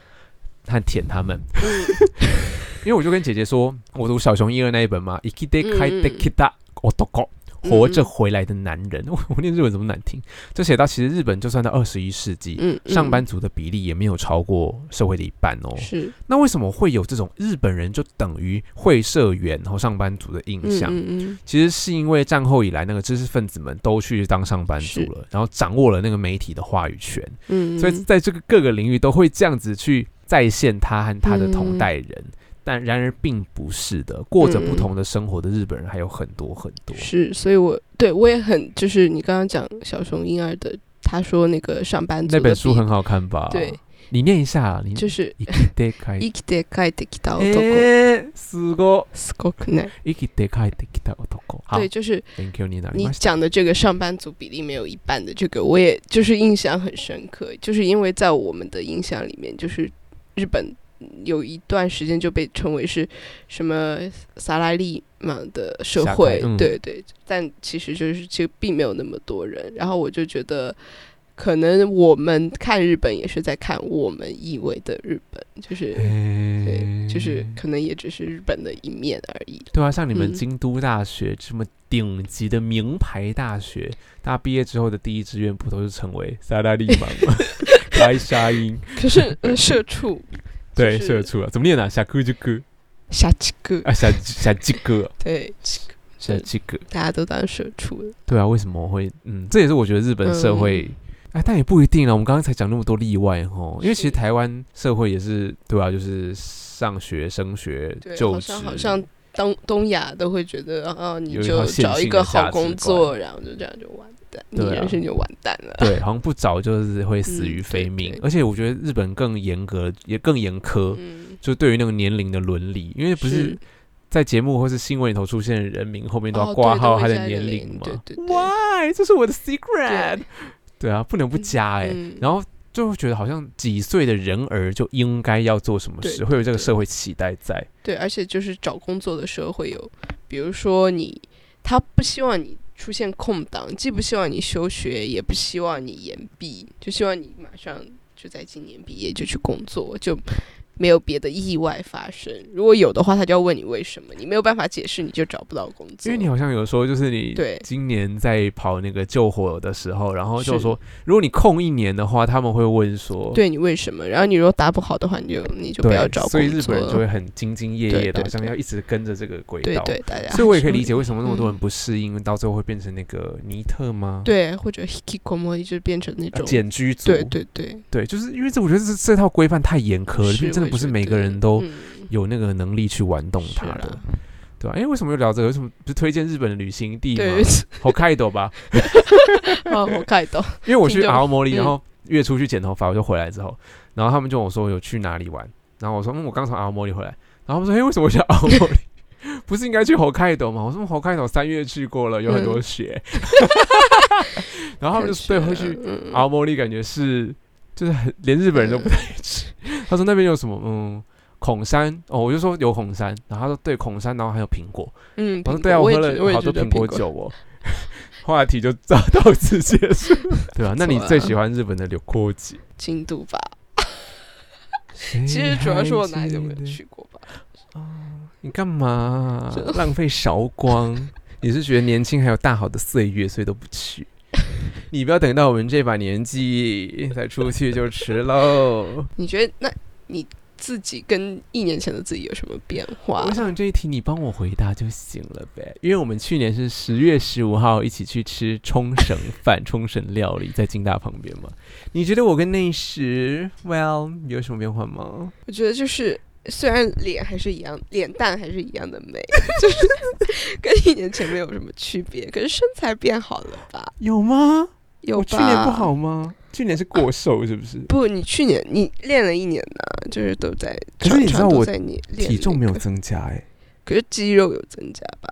A: 和舔它们。
B: 嗯
A: 因为我就跟姐姐说，我读小熊一二那一本嘛，生きて帰ってきた男，
B: 嗯
A: 活着回来的男人。 我我念日文怎么难听？就写到其实日本就算到二十一世纪，
B: 嗯嗯
A: 上班族的比例也没有超过社会的一半哦。
B: 是
A: 那为什么会有这种日本人就等于会社员和上班族的印
B: 嗯
A: 象？
B: 嗯
A: 其实是因为战后以来，那个知识分子们都去当上班族
B: 是
A: 了，然后掌握了那个媒体的话语权，
B: 嗯，
A: 所以在这个各个领域都会这样子去再现他和他的同代人。
B: 嗯
A: 但然而并不是的，过着不同的生活的日本人还有很多很多。
B: 是，所以我对我也很就是你刚刚讲小熊婴儿的，他说那个上班族
A: 那
B: 的
A: 本书
B: 比
A: 很好看吧？
B: 对，
A: 你念一下，你
B: 就是
A: 生きて帰っ
B: 生きて帰ってきた男，
A: えーすごい
B: すごくない？
A: 生きて帰ってきた男。好
B: 对，就是
A: ，Thank you，你拿
B: 你讲的这个上班族比例没有一半的这个，我也就是印象很深刻，就是因为在我们的印象里面，就是日本有一段时间就被称为是什么萨拉利嘛的社
A: 下
B: 会
A: 岗，嗯
B: 对对，但其实就是其实并没有那么多人，然后我就觉得。可能我们看日本也是在看我们以为的日本，就是、对，就是可能也只是日本的一面而 已。
A: 对啊，像你们
B: 嗯
A: 京都大学、这么顶级的名牌大学，大家毕业之后的第一志愿不都是成为萨拉利芒 吗？白沙鹰，
B: 可是、呃、社 畜，
A: 对，
B: 就是
A: 社畜啊，怎么念啊？小咕就咕
B: 下几个
A: 啊，小小鸡 哥，
B: 对，
A: 小鸡哥。
B: 大家都当社畜了。
A: 对啊，为什么我会？嗯，这也是我觉得日本社
B: 嗯
A: 会，哎，但也不一定啊。我们刚刚才讲那么多例外哦，因为其实
B: 是
A: 台湾社会也是，对啊，就是上学、升学、
B: 对，
A: 就
B: 好
A: 职，
B: 像好像东东亚都会觉得啊，你
A: 有一套
B: 就
A: 线
B: 找一
A: 性
B: 个
A: 的价
B: 好
A: 值
B: 工作，然后就这样就完蛋，你
A: 对啊
B: 人生就完蛋了。
A: 对，好像不早就是会死
B: 嗯
A: 于
B: 对
A: 非命。
B: 对
A: 而且我觉得日本更严格，也更严苛，
B: 嗯，
A: 就对于那个年龄的伦理，因为不是在节目或是新闻里头出现的人名后面都要
B: 哦
A: 挂
B: 对
A: 号
B: 都会
A: 他的
B: 加一个
A: 年
B: 零
A: 龄嘛、
B: 对对对
A: w h y 这是我的 secret。对啊，不能不加哎、
B: 嗯
A: 然后就会觉得好像几岁的人儿就应该要做什么
B: 对
A: 事，
B: 对
A: 会有这个
B: 对
A: 社会期待在。
B: 对，而且就是找工作的时候会有，比如说你，他不希望你出现空档，既不希望你休学，也不希望你延毕，就希望你马上就在今年毕业就去工作，就没有别的意外发生。如果有的话，他就要问你为什么，你没有办法解释，你就找不到工
A: 因
B: 作。
A: 为你好像有说，就是你
B: 对
A: 今年在跑那个救火的时候，然后就是说，如果你空一年的话，他们会问说，
B: 对你为什么？然后你如果答不好的话，你就你就
A: 对，
B: 不要找工
A: 所
B: 作。
A: 以日本人就会很兢兢业
B: 对
A: 业的，
B: 对
A: 好像
B: 对
A: 要一直跟着这个轨
B: 对
A: 道。
B: 对大家，
A: 所以我也可以理解。为什么那么多
B: 啊嗯
A: 人不适应，到最后会变成那个尼特吗？
B: 对，或者 hikikomori 就变成那
A: 呃，
B: 种，
A: 简居族。
B: 对对对，
A: 对就是因为这，我觉得这这套规范太严苛了，因为真的不是每个人都
B: 嗯
A: 有那个能力去玩动它
B: 是
A: 的
B: 啦。
A: 对吧？哎，为什么又聊这个？为什么不是推荐日本的旅行地
B: 对
A: 吗？好开斗吧，
B: 啊，我看到。
A: 因为我去
B: 听众
A: 阿摩里，
B: 嗯
A: 然后月初去剪头发，我就回来之后，然后他们就问我说哦有去哪里玩，然后我说嗯，我刚从阿摩里回来，然后他们说哎 嘿，为什么去阿摩里？不是应该去侯开斗吗？我说侯开斗三月去过了，有很多雪， 然后他们就对会去
B: 嗯
A: 阿摩里，感觉是就是很连日本人都不太去。 他说那边有什么嗯。孔山哦，我就说有孔山，然后他说对孔山，然后还有苹果，
B: 嗯，
A: 我说
B: 苹果
A: 对啊，
B: 我
A: 喝
B: 也觉得我
A: 了
B: 也
A: 好
B: 觉
A: 多
B: 得
A: 苹果酒哦。 话题就到到此结束， 对吧、啊？那你最喜欢日本的柳阔吉？
B: 京都吧。其实主要是我哪里都没有去过吧。
A: 你干嘛
B: 真
A: 浪费韶光？你是觉得年轻还有大好的岁月，所以都不去？你不要等到我们这把年纪再出去就迟喽。
B: 你觉得那你自己跟一年前的自己有什么变化
A: 我？想这一题你帮我回答就行了呗，因为我们去年是十月十五号一起去吃冲绳饭、冲绳料理，在金大旁边嘛。你觉得我跟那时 Well 有什么变化吗？
B: 我觉得就是虽然脸还是一样，脸蛋还是一样的美， 就是跟一年前没有什么区别，可是身材变好了吧？
A: 有吗？
B: 有
A: 我
B: 吧？
A: 去年不好吗？去年是过瘦是不是？
B: 不，你去年你练了一年呢，就是都在，
A: 可是你知道
B: 常常都
A: 我
B: 在你练
A: 体重没有
B: 那个，
A: 增加哎、
B: 可是肌肉有增加吧？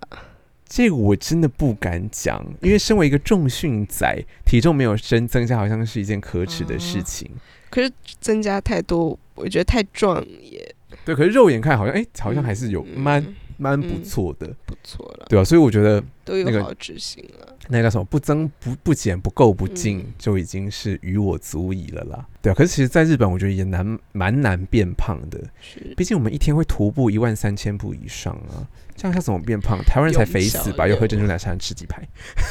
A: 这个我真的不敢讲，因为身为一个重训仔，体重没有增增加，好像是一件可耻的事情。
B: 可是增加太多，我觉得太壮也
A: 对，可是肉眼看好像，哎、好像还是有
B: 嗯
A: 蛮
B: 嗯
A: 蛮不错的，
B: 不错了，
A: 对吧、所以我觉得
B: 都有
A: 那个
B: 好执行啊了。
A: 那个叫什么不增不不减不够不进，
B: 嗯
A: 就已经是与我足矣了啦。对啊，可是其实在日本，我觉得也难蛮难变胖的，
B: 是
A: 毕竟我们一天会徒步一万三千步以上啊，这样要怎么变胖？台湾人才肥死吧，
B: 有
A: 又喝珍珠奶茶，吃鸡排。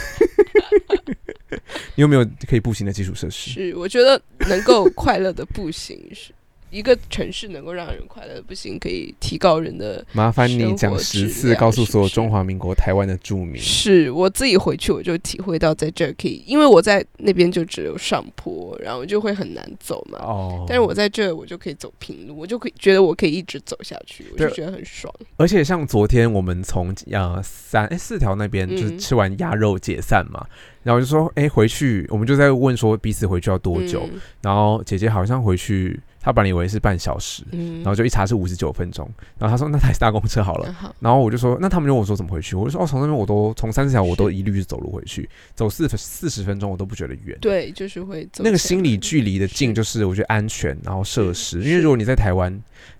A: 你有没有可以步行的基础设施？
B: 是，我觉得能够快乐的步行 是一个城市能够让人快乐的步行，可以提高人的。
A: 麻烦你
B: 生
A: 讲
B: 活
A: 十
B: 质
A: 次，
B: 量
A: 告诉
B: 是不
A: 所有
B: 是
A: 中华民国台湾的住民。
B: 是我自己回去我就体会到，在这儿可以，因为我在那边就只有上坡，然后就会很难走嘛。
A: 哦，
B: 但是我在这儿我就可以走平路，我就可以觉得我可以一直走下去，我就
A: 对
B: 觉得很爽。
A: 而且像昨天我们从呃三哎四条那边就是
B: 嗯
A: 吃完鸭肉解散嘛，然后就说哎、回去，我们就在问说彼此回去要多久，
B: 嗯？
A: 然后姐姐好像回去，她本来以为是半小时，
B: 嗯，
A: 然后就一查是五十九分钟，然后她说那台搭公车好了。
B: 很好，
A: 然后我就说，那他们就问我说怎么回去，我就说哦，从那边我都从三十条我都
B: 是
A: 一律是走路回去，走四四十分钟我都不觉得远。
B: 对，就是会走
A: 那个
B: 起来
A: 心理
B: 很
A: 距离的近，
B: 是
A: 就是我觉得安全，然后设施。
B: 是
A: 因为
B: 是
A: 如果你在台湾，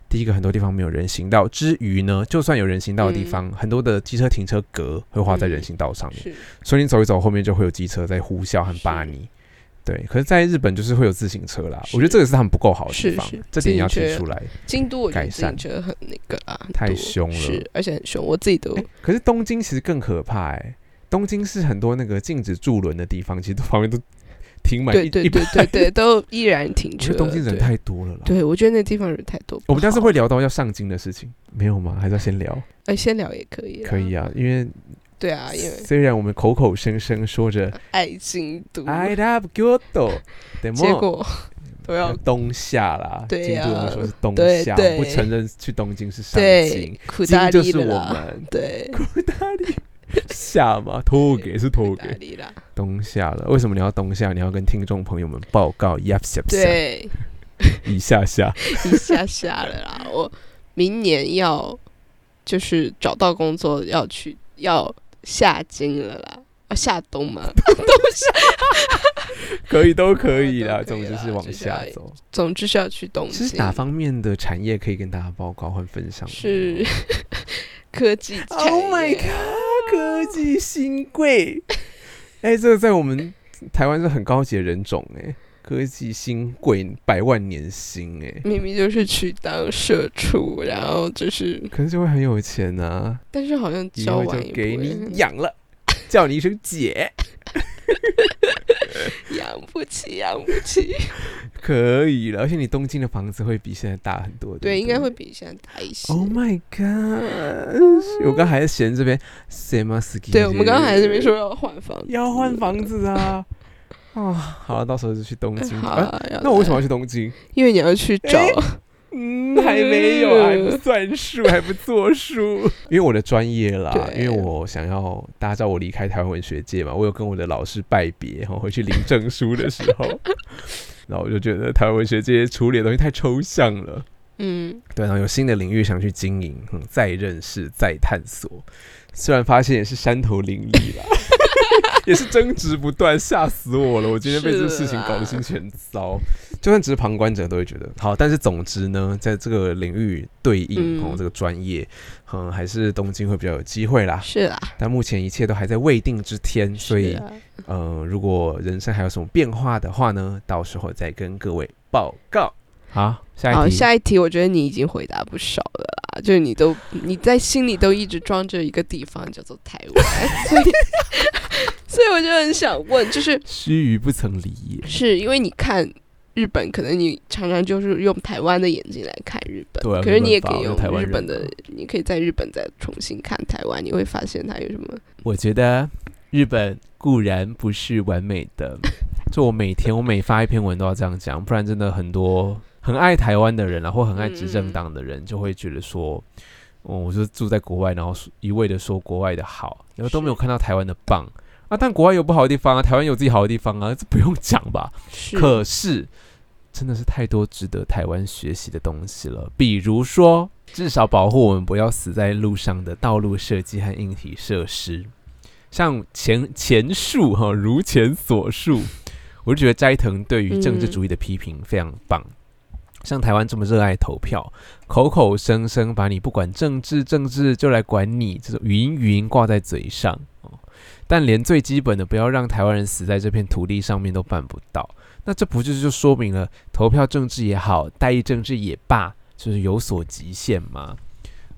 A: 第一个很多地方没有人行道，之余呢，就算有人行道的地方，
B: 嗯
A: 很多的机车停车格会画在人行道上面，
B: 是
A: 所以你走一走，后面就会有机车在呼啸和
B: 嗯是
A: 扒你。对，可是，在日本就是会有自行车啦，
B: 是
A: 我觉得这个是他们不够好的地
B: 是
A: 方
B: 是，
A: 这点要
B: 自行
A: 提
B: 车
A: 出来。
B: 京都，我觉
A: 改
B: 得自行
A: 善
B: 车很那个啦，很
A: 太
B: 多
A: 凶了哎
B: 是而且很凶，我自己都
A: 诶可是东京其实更可怕哎、东京是很多那个禁止驻轮的地方，其实都旁边都停满一
B: 对对
A: 一
B: 对
A: 排。
B: 对对，都依然停
A: 我觉
B: 车。
A: 得东京人
B: 对
A: 太多了啦。
B: 对，我觉得那地方人太多。
A: 我们下次
B: 不好
A: 会，聊到要上京的事情，没有吗？还是要先聊？
B: 哎，先聊也可以，
A: 可以
B: 啊，
A: 啊，因为
B: 对啊，因为
A: 虽然我们口口声声说着
B: 爱京都，
A: I love Kyoto，但
B: 哎 结果都要
A: 东下啦，
B: 对
A: 京都人
B: 啊
A: 会说是东
B: 对
A: 下，
B: 对
A: 不承认去东京是上京
B: 对，苦大
A: 京就
B: 力
A: 是
B: 了
A: 我
B: 啦，
A: 们
B: 对，
A: 下嘛，托给是托
B: 苦大
A: 给
B: 力啦，
A: 东下了。为什么你要东下？你要跟听众朋友们报告，yep yep
B: 对，
A: 一下下，
B: 一下下了啦。 我明年要就是找到工作要去要下京了啦，啊下东嘛。
A: 可以都可以啦，
B: 都可
A: 总
B: 以啦
A: 之是往
B: 就是
A: 下
B: 要
A: 走。
B: 总之是要去东
A: 其
B: 京。
A: 实哪方面的产业可以跟大家报告和分享？
B: 是 科技产业
A: Oh my god！科技新 贵，哎、这个在我们台湾是很高级的人种哎、科技新贵百万年薪哎、
B: 明明就是去当社畜，然后就是，
A: 可是就会很有钱啊，
B: 但是好像
A: 以
B: 交
A: 后
B: 往
A: 就
B: 也不
A: 给
B: 会
A: 你
B: 很
A: 养了， 叫你一声姐，
B: 养不起，养不起。
A: 可以了。而且你东京的房子会比现在大很多，
B: 对，
A: 不
B: 应该会。比现在大一些。
A: Oh my god！我刚还在嫌这边 s a m a s k i
B: 对，我们刚刚还在这边说要换房子，
A: 要换房子啊。啊，好了，到时候就去东京。
B: 好
A: 啊，
B: 啊，要
A: 那我为什么
B: 来
A: 要去东京？
B: 因为你要去找，
A: 嗯，还没有，还不算数，还不作数。 因为我的专业啦，因
B: 对
A: 为我想要大家知道我离开台湾文学界嘛，我有跟我的老师拜别，然后回去领证书的时 候，然后我就觉得台湾文学界处理的东西太抽象了，
B: 嗯，
A: 对，然后有新的领域想去经营，嗯，再认识，再探索。虽然发现也是山头林立啦， 也是争执不断，吓死我了！我今天被这个事情搞得心情糟。就算只是旁观者都会觉得好，但是总之呢，在这个领域对应
B: 嗯
A: 哦、这个专业，嗯，还是东京会比较有机会啦。
B: 是啦，
A: 但目前一切都还在未定之天，啊所以
B: 是啊
A: 呃，如果人生还有什么变化的话呢，到时候再跟各位报告。好，下一
B: 好，
A: 题。
B: 哦下一题，我觉得你已经回答不少了啦，就是你都你在心里都一直装着一个地方叫做台湾，所以所以我就很想问，就是
A: 须臾不曾离也。
B: 是因为你看日本，可能你常常就是用台湾的眼睛来看日本，
A: 对啊
B: 可是你也
A: 没办
B: 可
A: 法
B: 以用
A: 我是台湾
B: 日
A: 人啊
B: 本的
A: 嘛，
B: 你可以在日本再重新看台湾，你会发现它有什么
A: 我觉得日本固然不是完美的，就我每天我每发一篇文都要这样讲，不然真的很多很爱台湾的人啊，或很爱执政党的人就会觉得说，哦，我就住在国外，然后一味的说国外的好，然后都没有看到台湾的棒。啊，但国外有不好的地方啊，台湾有自己好的地方啊，这不用讲吧？
B: 是
A: 可是真的是太多值得台湾学习的东西了，比如说，至少保护我们不要死在路上的道路设计和硬体设施。像前前述哈、如前所述，我就觉得斋藤对于政治主义的批评非常棒。像台湾这么热爱投票，口口声声把你不管政治，政治就来管你，这种语音语音挂在嘴上哦。但连最基本的不要让台湾人死在这片土地上面都办不到，那这不就是就说明了投票政治也好，代议政治也罢，就是有所极限吗？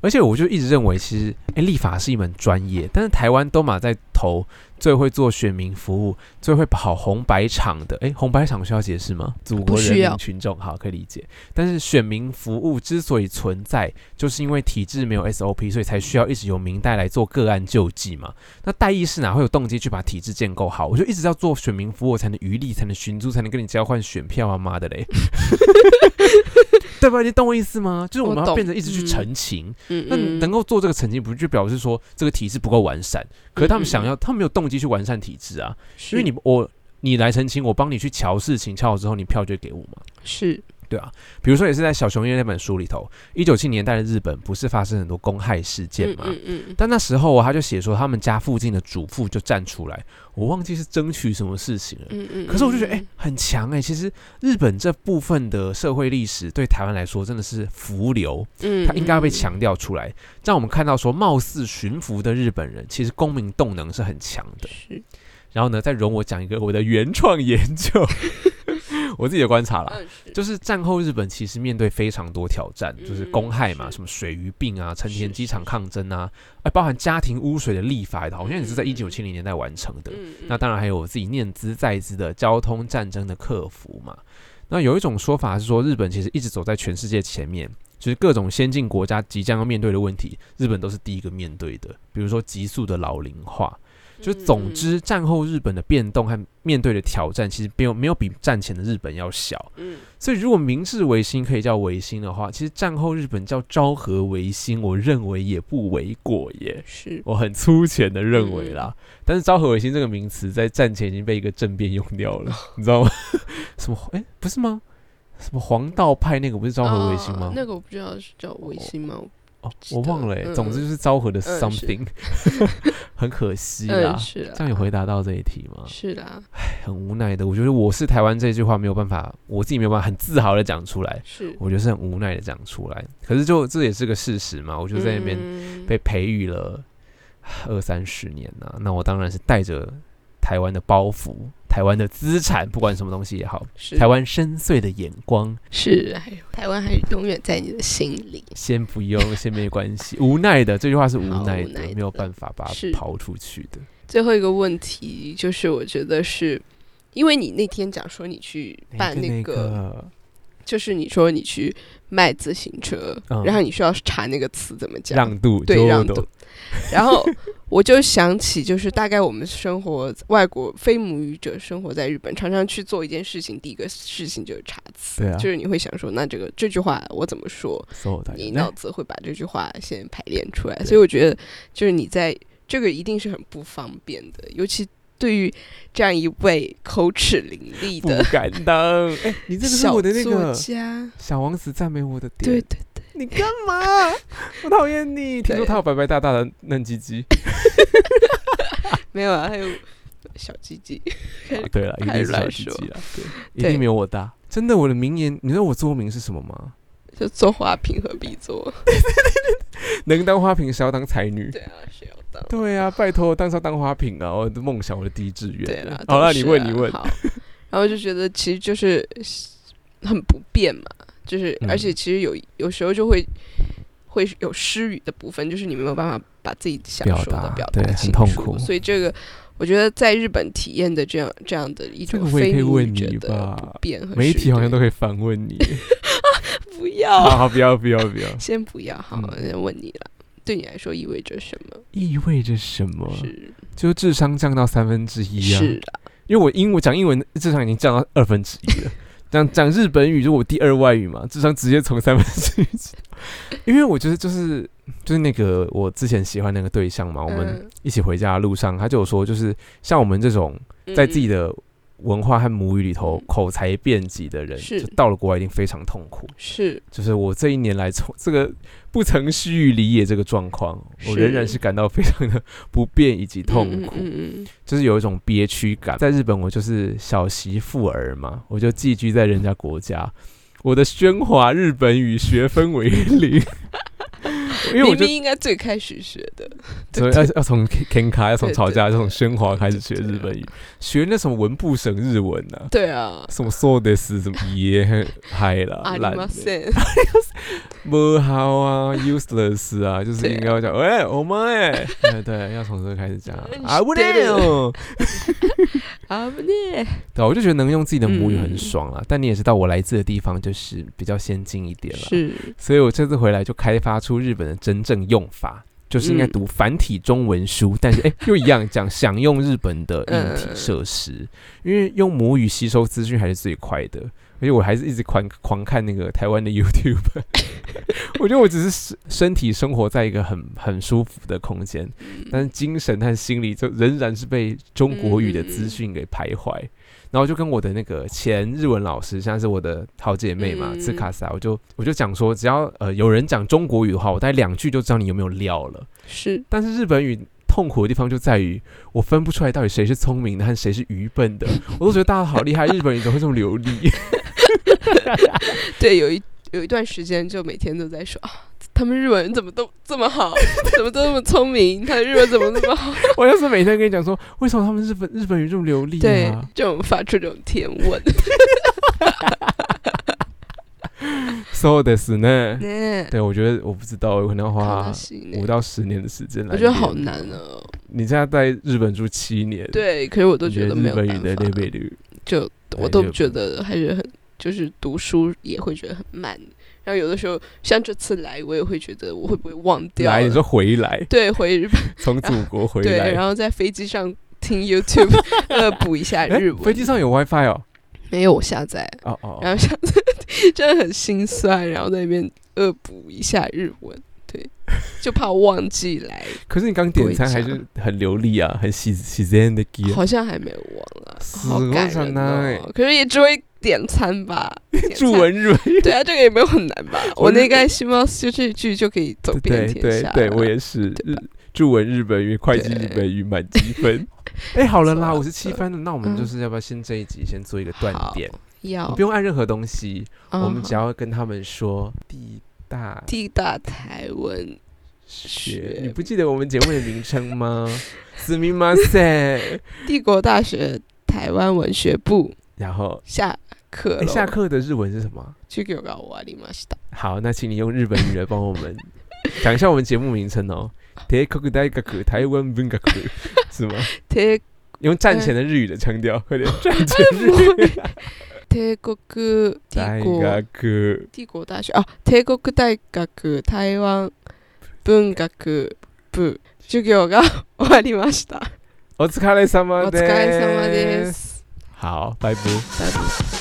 A: 而且我就一直认为，其实诶、立法是一门专业，但是台湾都马在投最会做选民服务、最会跑红白场的。诶、红白场需要解释吗？祖国
B: 不需
A: 人民
B: 要
A: 群众好可以理解，但是选民服务之所以存在，就是因为体制没有 SOP，所以才需要一直有明代来做个案救济嘛。那代议士哪会有动机去把体制建构好？我就一直要做选民服务，我才能渔利，才能寻租，才能跟你交换选票啊！妈的 嘞，对吧？你懂我意思吗？就是我们
B: 我
A: 要
B: 懂
A: 变成一直去
B: 嗯
A: 澄清。
B: 嗯
A: 那
B: 嗯
A: 能够做这个成绩，不就表示说这个体制不够完善？可是他们
B: 嗯嗯
A: 想要，他们没有动机去完善体制啊，
B: 是
A: 因为你我你来澄清，我帮你去瞧事情，瞧好之后你票就给我嘛。
B: 是
A: 对啊，比如说也是在小熊叶那本书里头，一九七年代的日本不是发生很多公害事件
B: 嗯
A: 嘛？
B: 嗯嗯
A: 但那时候啊，他就写说他们家附近的主妇就站出来，我忘记是争取什么事情了。
B: 嗯嗯，
A: 可是我就觉得，哎、
B: 嗯
A: 很强哎、其实日本这部分的社会历史对台湾来说真的是浮流，
B: 嗯，
A: 哎它应该要被
B: 嗯，
A: 强调出来，让我们看到说，貌似驯服的日本人，其实公民动能是很强的。
B: 是
A: 然后呢，再容我讲一个我的原创研究， 我自己的观察啦，
B: 嗯是
A: 就是战后日本其实面对非常多挑战，就是
B: 嗯
A: 公害嘛，
B: 是
A: 什么水俣病啊、成田
B: 是
A: 机场
B: 是
A: 抗争啊，哎，包含家庭污水的立法也好好像也是在
B: 嗯
A: 一九七零年代完成的。
B: 嗯
A: 那当然还有我自己念兹在兹的交通战争的克服嘛。那有一种说法是说，日本其实一直走在全世界前面，就是各种先进国家即将要面对的问题，日本都是第一个面对的。比如说急速的老龄化，就
B: 嗯
A: 总，之战后日本的变动和面对的挑战，其实没有没有比战前的日本要小。
B: 嗯嗯
A: 所以如果明治维新可以叫维新的话，其实战后日本叫昭和维新，我认为也不为过耶
B: 嗯。是
A: 我很粗浅的认为啦。
B: 嗯
A: 但是昭和维新这个名词在战前已经被一个政变用掉 了，你知道吗？什么？哎、不是吗？什么黄道派那个不是昭和维新吗
B: 哦？那个我不知道是叫维新吗？
A: 哦，
B: 记
A: 我忘了、
B: 得
A: 诶
B: 嗯
A: 总之就是昭和的
B: 是
A: something，、很可惜啦
B: 嗯，。是啦，
A: 啊这样有回答到这一题吗？
B: 是啦，
A: 很无奈的，我觉得我是台湾这句话没有办法，我自己没有办法很自豪的讲出来，
B: 是
A: 我觉得是很无奈的讲出来。可是就这也是个事实嘛，我就在那边
B: 嗯
A: 被培育了二三十年呐、那我当然是带着台湾的包袱、台湾的资产，不管什么东西也好，
B: 是
A: 台湾深邃的眼光，
B: 是，还有台湾还是永远在你的心里。
A: 先不 用，先没关系。无奈的这句话是无
B: 好
A: 奈
B: 无
A: 的，
B: 奈
A: 没有
B: 的
A: 办法把它
B: 是
A: 刨出去的。
B: 最后一个问题就是，我觉得是因为你那天讲说你去办
A: 哎那
B: 那
A: 个
B: 就是你说你去卖自行车，
A: 嗯
B: 然后你需要查那个词怎么讲，
A: 让渡，
B: 对
A: 就
B: 让
A: 都
B: 渡。然后我就想起，就是大概我们生活外国非母语者生活在日本，常常去做一件事情，第一个事情就是查词，
A: 对啊
B: 就是你会想说，那这个这句话我怎么说？
A: 所有的哎
B: 你
A: 那
B: 脑子会把这句话先排练出来，
A: 对
B: 所以我觉得就是你在这个一定是很不方便的，尤其对于这样一位口齿伶俐
A: 不
B: 的
A: 敢当。哎、你这个是
B: 小
A: 我的那
B: 作
A: 个
B: 家。
A: 小王子赞美我的点
B: 对，对，
A: 你干嘛？我讨厌你。听说
B: 对
A: 他有白白大大的嫩鸡鸡。
B: 没有啊，还有小鸡鸡，
A: 啊 对了，一
B: 还
A: 定是小
B: 乱
A: 鸡
B: 说
A: 鸡了，对，一
B: 对
A: 定没有我大。真的，我的名言，你知道我座右铭是什么吗？
B: 就做花瓶和必做。
A: 能当花瓶，是要当才女。
B: 对啊，谁要当？
A: 对啊，拜托，当时要当花瓶啊！我的梦想，我的第一志愿。
B: 对啦，
A: 好了，
B: 都
A: 你
B: 是
A: 问，
B: 啊
A: 你问。
B: 好，然后就觉得其实就是很不便嘛，就是、而且
A: 嗯
B: 其实有有时候就会会有失语的部分，就是你没有办法把自己想
A: 表
B: 说的
A: 达
B: 表
A: 对
B: 达
A: 很
B: 清
A: 痛
B: 楚
A: 苦
B: 所以这个我觉得在日本体验的这样这样的一
A: 这
B: 种
A: 个我也
B: 非
A: 可以
B: 母
A: 问
B: 语者
A: 你
B: 的
A: 吧
B: 不便和
A: 媒
B: 失
A: 体
B: 语
A: 好像都
B: 对
A: 可以反问你。
B: 不要、
A: 好好，不要，不要，不要。
B: 先不要好，
A: 嗯
B: 先问你了，对你来说意味着什么？
A: 意味着什么？
B: 是
A: 就智商降到三分之一啊！
B: 是的，
A: 因为我英我讲英文的智商已经降到二分之一了， 讲讲日本语，就我第二外语嘛，智商直接从三分之一起，因为我觉得就是就是那个我之前喜欢那个对象嘛，我们
B: 嗯
A: 一起回家的路上，他就有说，就是像我们这种在自己的文化和母语里头
B: 嗯
A: 口才辩解的人，
B: 是
A: 就到了国外一定非常痛苦。
B: 是
A: 就是我这一年来从这个不曾须臾离也这个状况，我仍然
B: 是
A: 是感到非常的不便以及痛
B: 嗯
A: 苦，
B: 嗯嗯
A: 就是有一种憋屈感。在日本，我就是小媳妇儿嘛，我就寄居在人家国家，我的喧哗日本语学分为 零，因为
B: 嗯，
A: 我
B: 明
A: 就
B: 明应该最开始学的，
A: 所以要要从 Ken 卡，要从吵架，要
B: 对
A: 从喧哗开始学
B: 对
A: 日本语，学那什么文部省日文啊。
B: 对啊，
A: 什么说的是什么耶嗨啦，
B: 阿里
A: 烂
B: 马
A: 的
B: 森，
A: 不好啊，useless 啊，就是
B: 对
A: 应该要讲，喂，我们哎，对对，要从这个开始讲
B: 嗯
A: 啊，不
B: 对
A: 对哦，
B: 啊不对，
A: 对啊，我就觉得能用自己的母语很
B: 嗯
A: 爽啊，但你也知道我来自的地方就是比较先进一点了，
B: 是
A: 所以我这次回来就开发出日本的真正用法，就是应该
B: 嗯
A: 读繁体中文书，但是哎，又一样讲享用日本的硬体
B: 嗯
A: 设施，因为用母语吸收资讯还是最快的。而且我还是一直狂狂看那个台湾的 YouTube，我觉得我只是身身体生活在一个很很舒服的空间，但是精神和心理就仍然是被中国语的
B: 嗯
A: 资讯给徘徊。然后就跟我的那个前日文老师，现在是我的好姐妹嘛，
B: 嗯
A: 兹卡萨，我就我就讲说，只要呃有人讲中国语的话，我大概两句就知道你有没有料了。
B: 是
A: 但是日本语痛苦的地方就在于，我分不出来到底谁是聪明的和谁是愚笨的。我都觉得大家好厉害，日本语怎么会这么流利？
B: 对，有一有一段时间就每天都在说啊，他们日本人怎么都这 么好，怎么都那么聪明，他的日文怎么那么好？
A: 我要是每天跟你讲说，为什么他们日本日本语这么流利、啊？
B: 对，这种发出这种甜吻，
A: ，so this 呢？
B: 呢，
A: 对，我觉得我不知道，我可能要花
B: 可惜呢
A: 五到十年的时间来。
B: 欸我觉得好难！哦。
A: 你现在在日本住七年，，
B: 对，可是我都觉
A: 觉
B: 得
A: 日
B: 没有
A: 本
B: 办
A: 语的
B: 法
A: 那，边率，
B: 就
A: 对
B: 我都
A: 就
B: 觉得还是很，就是读书也会觉得很慢。然后有的时候，像这次来，我也会觉得我会不会忘掉
A: 来，你
B: 了
A: 说回来，
B: 对，回日本，
A: 从 祖国回
B: 对，
A: 来
B: 然。后在飞机上听 YouTube 呃补一下
A: 哎
B: 日文。
A: 飞机上有 WiFi 哦，
B: 没有我下载，
A: 哦哦
B: 然
A: 哦，
B: 后想真的很心酸，然后在那边恶补一下日文， 对，就怕忘记来，
A: 可是你刚点餐
B: 不
A: 还
B: 会
A: 是
B: 讲
A: 很流利啊，很喜喜欢的鸡啊，
B: 好像还没有忘了，
A: 死
B: 好感
A: 我想
B: 人
A: 来
B: 哦。可是也只会点餐吧， 点
A: 住
B: 餐
A: 文日文，
B: 对啊，这个也没有很难吧？
A: 我
B: 我
A: 日
B: 那个希望就这一句就可以走遍
A: 对
B: 天
A: 对
B: 下了。
A: 对，我也是
B: 对
A: 日驻文日本语、会计
B: 对
A: 日本语满积分。哎， 好了啦，
B: 不错
A: 我是七分的，那我们
B: 嗯
A: 就是要不要先这一集先做一个断
B: 好
A: 点？
B: 要嗯
A: 你不用按任何东西，我们只
B: 要
A: 要跟他们说地大
B: 地大台文，
A: 学
B: 学。
A: 你不记得我们节目的名称吗？死命吗塞？
B: 帝国大学台湾文学部
A: 然后，
B: 下课
A: 哎，
B: 了，
A: 下课的日文是什么？
B: 去给我搞我里马西达。
A: 好，那请你用日本语来帮我们 讲一下我们节目名称哦。帝国大学台湾文学部是吗？
B: 帝
A: 用战前的日语的腔调，快点！战前日语
B: 帝国
A: 大
B: 帝国
A: 学
B: 帝国大学啊，帝国大学台湾文学部授業が終わりました。
A: お疲れ様
B: お
A: で
B: 疲
A: す。
B: れ様です。
A: 好，拜拜。
B: 拜拜。